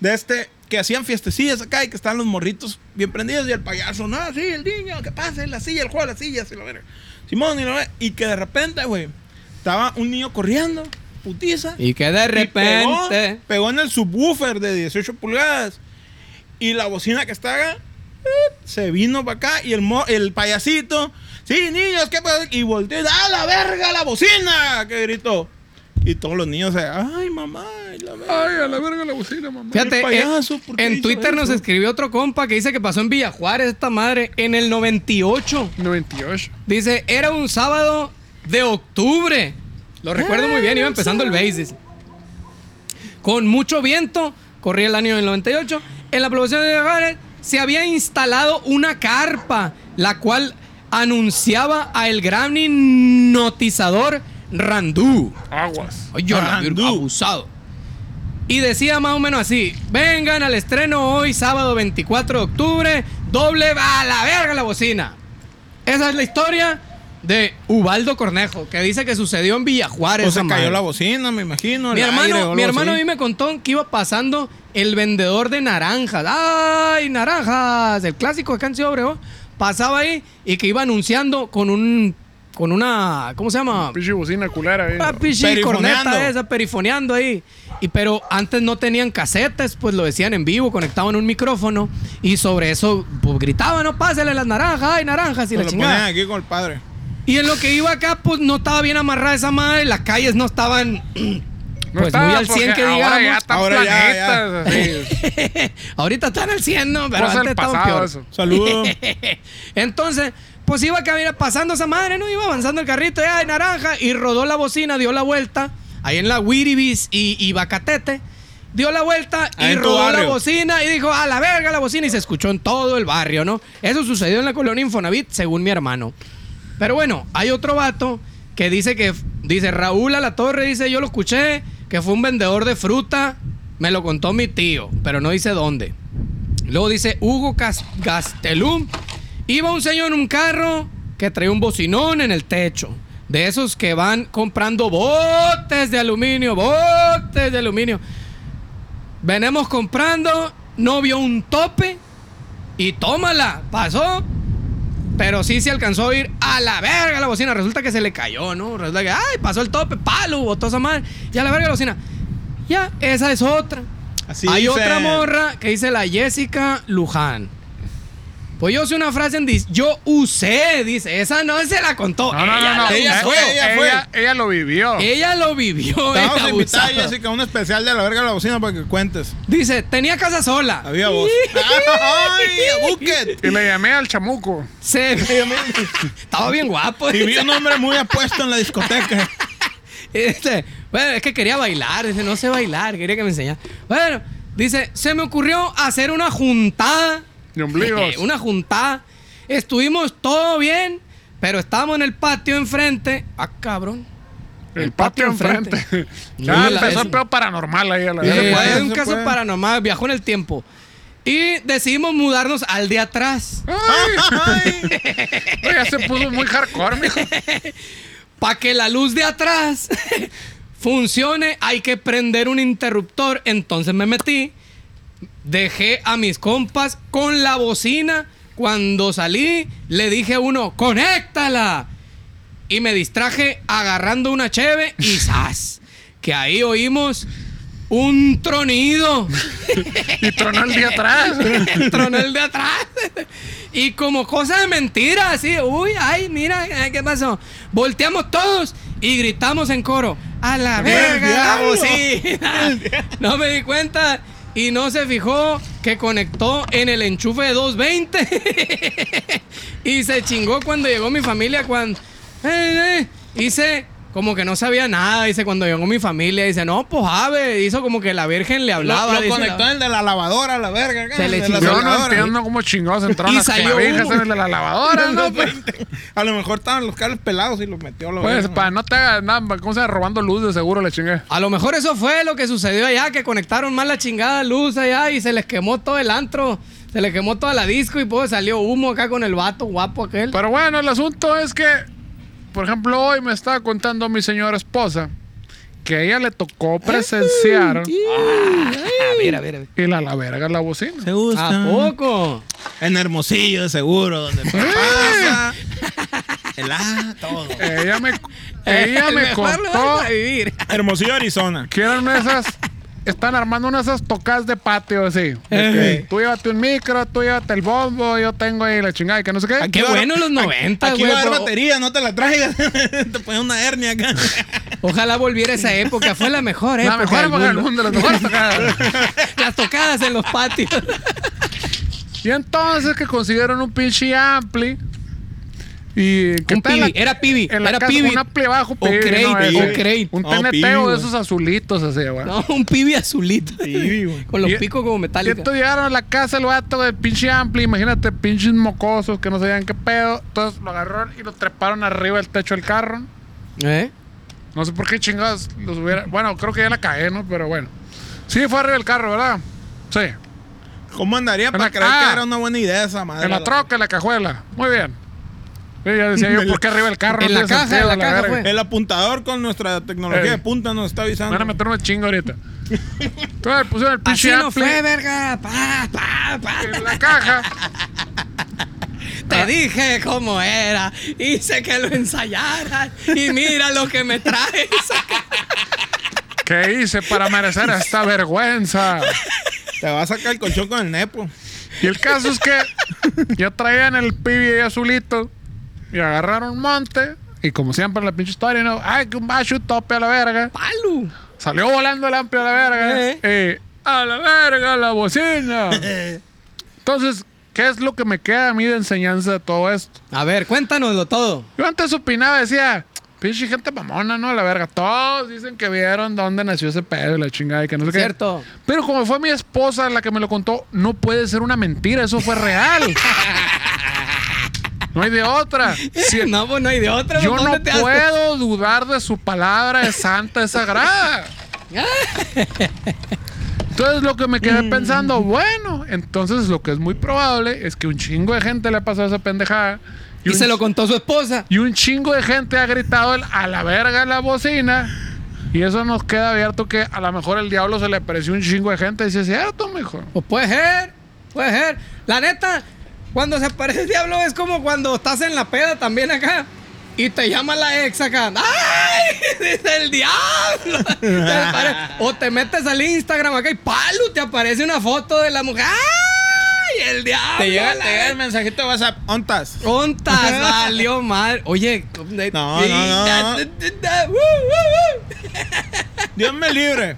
Speaker 3: De este, que hacían fiestecillas acá y que estaban los morritos bien prendidos y el payaso, no, sí, el niño, que pase, la silla, el juego de las sillas, y lo verga. Simón, y, lo ve- y que de repente, güey, estaba un niño corriendo, putiza.
Speaker 4: Y que de
Speaker 3: pegó-
Speaker 4: repente...
Speaker 3: Pegó, en el subwoofer de 18 pulgadas y la bocina que está acá eh, se vino para acá y el, mo- el payasito, sí, niños, ¿qué pasa? Y volteó, y, ¡ah, la verga, la bocina! Que gritó. Y todos los niños, se, ¡ay, mamá! y la verga".
Speaker 2: Ay, a la verga la bocina, mamá.
Speaker 4: Fíjate,
Speaker 3: El payaso,
Speaker 4: eh,
Speaker 3: ¿por qué
Speaker 4: en
Speaker 3: hizo
Speaker 4: Twitter nos
Speaker 3: eso?
Speaker 4: escribió otro compa que dice que pasó en Villa Juárez esta madre en el 98.
Speaker 2: 98.
Speaker 4: Dice, era un sábado de octubre. Lo recuerdo muy bien, iba empezando el basis. Con mucho viento, corría el año del 98. En la población de Villa Juárez se había instalado una carpa, la cual anunciaba a el gran hipnotizador Randú.
Speaker 2: Aguas.
Speaker 4: Ay, yo la vi
Speaker 3: Andú.
Speaker 4: abusado. Y decía más o menos así: vengan al estreno hoy, sábado 24 de octubre, doble a la verga la bocina. Esa es la historia de Ubaldo Cornejo, que dice que sucedió en Villa Juárez.
Speaker 3: O se
Speaker 4: esa
Speaker 3: cayó
Speaker 4: madre.
Speaker 3: la bocina, me imagino.
Speaker 4: Mi
Speaker 3: el aire o
Speaker 4: hermano,
Speaker 3: algo
Speaker 4: mi hermano a
Speaker 3: así.
Speaker 4: mí me contó que iba pasando el vendedor de naranjas. ¡Ay, naranjas! El clásico de Cancio Obregón. Pasaba ahí y que iba anunciando con un. con una. ¿Cómo se llama?
Speaker 2: Pinche bocina culera. eh.
Speaker 4: Ah, pinche
Speaker 3: Perifoneando.
Speaker 4: corneta esa, perifoneando ahí. Y pero antes no tenían casetes, pues lo decían en vivo, conectaban un micrófono y sobre eso pues, gritaban, no, pásale las naranjas, ay, naranjas y
Speaker 3: Me
Speaker 4: la
Speaker 3: Pues lo ponían
Speaker 4: chingada.
Speaker 3: aquí con el padre.
Speaker 4: Y en lo que iba acá, pues no estaba bien amarrada esa madre, las calles no estaban
Speaker 2: No
Speaker 4: pues
Speaker 2: estaba,
Speaker 4: muy al
Speaker 2: porque
Speaker 4: 100 que
Speaker 2: Ahora ya
Speaker 4: digamos.
Speaker 2: están
Speaker 3: Ahora ya,
Speaker 2: planetas. así.
Speaker 4: Ahorita están al 100, ¿no? Pero
Speaker 2: Cosa
Speaker 4: antes
Speaker 2: del
Speaker 4: estaban
Speaker 2: pasado
Speaker 4: peor.
Speaker 2: eso.
Speaker 3: Saludo.
Speaker 4: Entonces, pues iba camina- pasando esa madre, ¿no? Iba avanzando el carrito, ya de naranja, y rodó la bocina, dio la vuelta, ahí en la Wiribis y, y Bacatete. Dio la vuelta
Speaker 3: Ahí
Speaker 4: y
Speaker 3: en tu
Speaker 4: rodó la
Speaker 3: barrio.
Speaker 4: bocina y dijo, a la verga la bocina, y se escuchó en todo el barrio, ¿no? Eso sucedió en la colonia Infonavit, según mi hermano. Pero bueno, hay otro vato que dice que, dice Raúl a la torre, dice yo lo escuché, que fue un vendedor de fruta, me lo contó mi tío, pero no dice dónde. Luego dice Hugo Cas- Gastelum, iba un señor en un carro que traía un bocinón en el techo. De esos que van comprando botes de aluminio, botes de aluminio. Venimos comprando, no vio un tope y tómala, pasó. Pero sí se alcanzó a ir a la verga la bocina. Resulta que se le cayó, ¿no? Resulta que, ay, pasó el tope, palo, botó esa madre. Y a la verga la bocina. Ya, esa es otra.
Speaker 3: Así
Speaker 4: Hay
Speaker 3: dicen.
Speaker 4: otra morra que dice la Jessica Luján. Pues yo usé una frase en dis. Yo usé, dice. Esa no se la contó.
Speaker 2: No, no,
Speaker 4: ella,
Speaker 2: no, no.
Speaker 4: la-
Speaker 3: ella
Speaker 2: Eh,
Speaker 3: fue, ella fue.
Speaker 2: ella- ella lo vivió.
Speaker 4: ella lo vivió.
Speaker 3: Te vamos
Speaker 4: el
Speaker 3: a invitar,
Speaker 4: abusado.
Speaker 3: Jessica, a un especial de la verga de la bocina para que cuentes.
Speaker 4: Dice, tenía casa sola.
Speaker 3: Había voz. ¡Ay, a Bucket!
Speaker 2: Y le llamé al chamuco.
Speaker 4: Se... Estaba bien guapo.
Speaker 3: Y vi un hombre muy apuesto en la discoteca.
Speaker 4: Este, bueno, es que quería bailar, dice, no sé bailar, quería que me enseñara. Bueno, dice, se me ocurrió hacer una juntada.
Speaker 2: De ombligos.
Speaker 4: una juntada. Estuvimos todo bien, pero estábamos en el patio enfrente. Ah, cabrón.
Speaker 2: El, patio enfrente.
Speaker 4: No,
Speaker 2: ya
Speaker 4: la-
Speaker 2: empezó
Speaker 4: es-
Speaker 2: el pedo paranormal ahí a la
Speaker 4: Eh,
Speaker 2: vez.
Speaker 3: se puede,
Speaker 4: es
Speaker 3: no
Speaker 4: un
Speaker 3: se
Speaker 4: caso
Speaker 3: puede.
Speaker 4: paranormal, viajó en el tiempo. Y decidimos mudarnos al de atrás.
Speaker 3: ¡Ay!
Speaker 2: Ya se puso muy hardcore, mijo.
Speaker 4: Para que la luz de atrás funcione, hay que prender un interruptor. Entonces me metí, dejé a mis compas con la bocina. Cuando salí, le dije a uno, conéctala. Y me distraje agarrando una cheve y ¡zas! Que ahí oímos un tronido.
Speaker 2: Y tronó el día atrás.
Speaker 4: Tronó el de atrás. Y como cosa de mentira, así, uy, ay, mira, ay, ¿qué pasó? Volteamos todos y gritamos en coro, a la verga la
Speaker 3: diablo!
Speaker 4: bocina. No me di cuenta y no se fijó que conectó en el enchufe de 220 y se chingó cuando llegó mi familia, cuando... eh, eh, hice... Como que no sabía nada, dice, cuando llegó mi familia, dice, no, pues ave, hizo como que la Virgen le hablaba.
Speaker 3: Lo, lo
Speaker 4: dice,
Speaker 3: conectó en el de la lavadora, a la verga.
Speaker 4: Se le
Speaker 3: de la
Speaker 4: chingó.
Speaker 2: Yo no
Speaker 3: soldadora.
Speaker 2: entiendo cómo chingados entraron
Speaker 4: Y
Speaker 2: las
Speaker 4: salió
Speaker 2: clavijas
Speaker 4: uno.
Speaker 2: en la lavadora, ¿no? Pues,
Speaker 3: A lo mejor estaban los cables pelados y los metió a la
Speaker 2: pues,
Speaker 3: verga.
Speaker 2: para no te hagas nada, ¿cómo se llama? robando luz de seguro le chingué?
Speaker 4: A lo mejor eso fue lo que sucedió allá, que conectaron mal la chingada luz allá y se les quemó todo el antro, se les quemó toda la disco y pues salió humo acá con el vato guapo aquel.
Speaker 2: Pero bueno, el asunto es que, por ejemplo, hoy me estaba contando mi señora esposa que a ella le tocó presenciar
Speaker 4: Ah, mira, mira. mira.
Speaker 2: y la, la verga la bocina.
Speaker 3: Se gusta.
Speaker 4: ¿A poco?
Speaker 3: En Hermosillo, de seguro, donde el papá pasa. El A, todo.
Speaker 2: Ella me, ella
Speaker 4: El
Speaker 2: me
Speaker 4: Eh, mejor lugar
Speaker 2: contó
Speaker 4: para vivir.
Speaker 3: Hermosillo, Arizona.
Speaker 2: que eran esas, están armando unas esas tocadas de patio así.
Speaker 4: Eh.
Speaker 2: Tú llévate un micro, tú llévate el bombo, yo tengo ahí la chingada y que no sé qué.
Speaker 4: Qué
Speaker 3: va-
Speaker 4: bueno los 90,
Speaker 3: Aquí
Speaker 4: güey,
Speaker 3: va a haber
Speaker 4: pero-
Speaker 3: batería, no te la traigas. te pones una hernia acá.
Speaker 4: Ojalá volviera esa época, fue la mejor época.
Speaker 2: La mejor época del mundo, las mejores tocadas.
Speaker 4: Las tocadas en los patios.
Speaker 2: Y entonces que consiguieron un pinche ampli. Y que
Speaker 4: Un
Speaker 2: está en
Speaker 4: pibi, era pibi,
Speaker 2: en la
Speaker 4: era
Speaker 2: casa,
Speaker 4: pibi.
Speaker 2: Un ampli bajo,
Speaker 4: O crate,
Speaker 2: eso.
Speaker 4: o crate.
Speaker 2: Un
Speaker 3: No, pibi,
Speaker 2: teneteo de
Speaker 3: güey.
Speaker 2: esos azulitos así, güey.
Speaker 4: No, un pibi azulito.
Speaker 3: Pibi, güey.
Speaker 4: con los
Speaker 2: Y-
Speaker 4: picos como
Speaker 2: Y
Speaker 4: metálicos.
Speaker 2: entonces llegaron a la casa el vato del pinche ampli, imagínate, pinches mocosos que no sabían qué pedo. Entonces lo agarraron y lo treparon arriba del techo del carro.
Speaker 4: ¿Eh?
Speaker 2: No sé por qué chingados los hubiera. Bueno, creo que ya la cagué, ¿no? Pero bueno. Sí, fue arriba del carro, ¿verdad? Sí.
Speaker 3: ¿Cómo andaría
Speaker 2: En
Speaker 3: para
Speaker 2: la-
Speaker 3: creer
Speaker 2: ah.
Speaker 3: que era una buena idea esa madre?
Speaker 2: En la troca, en la cajuela. Muy bien. Sí, ya decía yo, ¿por qué arriba del carro?
Speaker 4: En la
Speaker 2: tiene
Speaker 4: caja,
Speaker 2: sentido,
Speaker 4: en la caja
Speaker 2: verga.
Speaker 4: fue.
Speaker 3: El apuntador con nuestra tecnología
Speaker 2: Eh.
Speaker 3: de punta nos está
Speaker 2: Me van a
Speaker 3: avisando.
Speaker 2: meter una chinga ahorita. Entonces le pusieron el
Speaker 4: Así
Speaker 2: pinche
Speaker 4: no
Speaker 2: ampli
Speaker 4: fue, verga. Pa, pa, pa.
Speaker 2: en la caja.
Speaker 4: Te dije cómo era, hice que lo ensayaran y mira lo que me traes.
Speaker 2: ¿Qué hice para merecer esta vergüenza?
Speaker 3: Te va a sacar el colchón con el nepo.
Speaker 2: Y el caso es que ya traían el pibi ahí azulito y agarraron un monte. Y como siempre en la pinche historia, ¿no? Ay, que un macho un tope a la verga.
Speaker 4: ¡Palu!
Speaker 2: Salió volando el amplio a la verga. Eh, a la verga, la bocina. Entonces, ¿qué es lo que me queda a mí de enseñanza de todo esto?
Speaker 4: A ver, cuéntanoslo todo.
Speaker 2: Yo antes opinaba, decía, pinche gente mamona, ¿no? A La verga. Todos dicen que vieron dónde nació ese pedo y la chingada y que no sé qué.
Speaker 4: Cierto.
Speaker 2: Pero como fue mi esposa la que me lo contó, no puede ser una mentira, eso fue real. No hay de otra.
Speaker 4: Sí, no, pues no hay de otra.
Speaker 2: Yo
Speaker 4: ¿dónde
Speaker 2: no
Speaker 4: te has-
Speaker 2: puedo dudar de su palabra es santa, es sagrada. Entonces lo que me quedé
Speaker 4: Mm.
Speaker 2: pensando, bueno, entonces lo que es muy probable es que un chingo de gente le ha pasado esa pendejada.
Speaker 4: Y
Speaker 2: un
Speaker 4: se lo
Speaker 2: ch-
Speaker 4: contó su esposa.
Speaker 2: y un chingo de gente ha gritado el, a la verga la bocina. Y eso nos queda abierto que a lo mejor el diablo se le apareció un chingo de gente. Y sí es cierto, mijo.
Speaker 4: Pues puede ser, puede ser. La neta, cuando se aparece el diablo es como cuando estás en la peda también acá y te llama la ex acá. ¡Ay! Es el diablo. Te apare- o te metes al Instagram acá y palo, te aparece una foto de la mujer. ¡Ay! El diablo.
Speaker 3: Te llega,
Speaker 4: la
Speaker 3: te llega el mensajito de WhatsApp. ¿Ontas?
Speaker 4: Contas, valió mal. Oye,
Speaker 3: No, no, no.
Speaker 4: Uh, uh, uh.
Speaker 3: Dios me libre.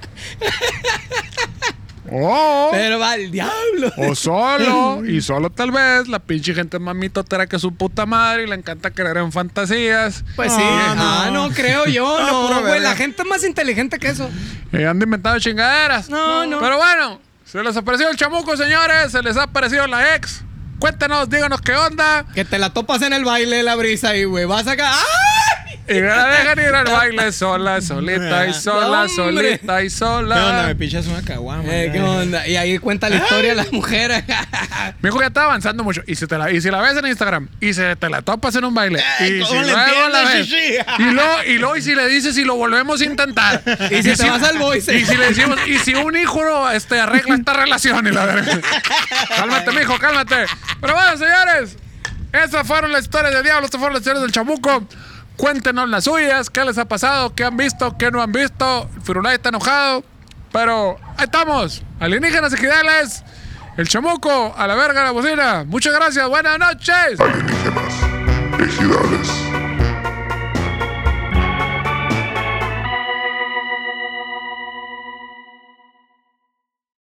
Speaker 2: Oh,
Speaker 4: Pero va el diablo.
Speaker 3: Oh,
Speaker 2: o solo, y solo tal vez, la pinche gente es más mitotera que su puta madre y le encanta creer en fantasías.
Speaker 4: Pues sí,
Speaker 3: No, no.
Speaker 4: ah, no creo yo,
Speaker 3: No,
Speaker 4: no,
Speaker 3: pura
Speaker 4: güey,
Speaker 3: verga.
Speaker 4: la gente es más inteligente que eso.
Speaker 2: Y han inventado chingaderas.
Speaker 4: No, no.
Speaker 2: Pero bueno, se les apareció el chamuco, señores. Se les ha aparecido la ex. Cuéntenos, díganos qué onda.
Speaker 4: Que te la topas en el baile la brisa y güey, vas acá, ¡ay!
Speaker 2: Y me la dejan ir al baile sola, solita y sola,
Speaker 4: Hombre.
Speaker 2: solita y
Speaker 3: ¿Qué onda?
Speaker 2: sola.
Speaker 3: Me pichas una caguama.
Speaker 4: Eh, ¿Qué onda? Y ahí cuenta la historia de la mujer. acá.
Speaker 2: Mi hijo ya está avanzando mucho. Y si, te la, y si la ves en Instagram, y se te la topas en un baile.
Speaker 3: Ay,
Speaker 2: y si
Speaker 3: ¿cómo le
Speaker 2: luego la ves.
Speaker 3: entiendes, Shishi?
Speaker 2: Y luego, y luego, y si le dices, y lo volvemos a intentar.
Speaker 4: y si te vas al voice.
Speaker 2: Y si le decimos, y si un hijo este, arregla esta relación y la verga. Cálmate, mijo, cálmate. Pero bueno, señores, esas fueron las historias del diablo, estas fueron las historias del chamuco. Cuéntenos las suyas, qué les ha pasado, qué han visto, qué no han visto. Firulay está enojado, pero ahí estamos. Alienígenas ejidales, el chamuco, a la verga la bocina. Muchas gracias, buenas noches.
Speaker 1: alienígenas, ejidales.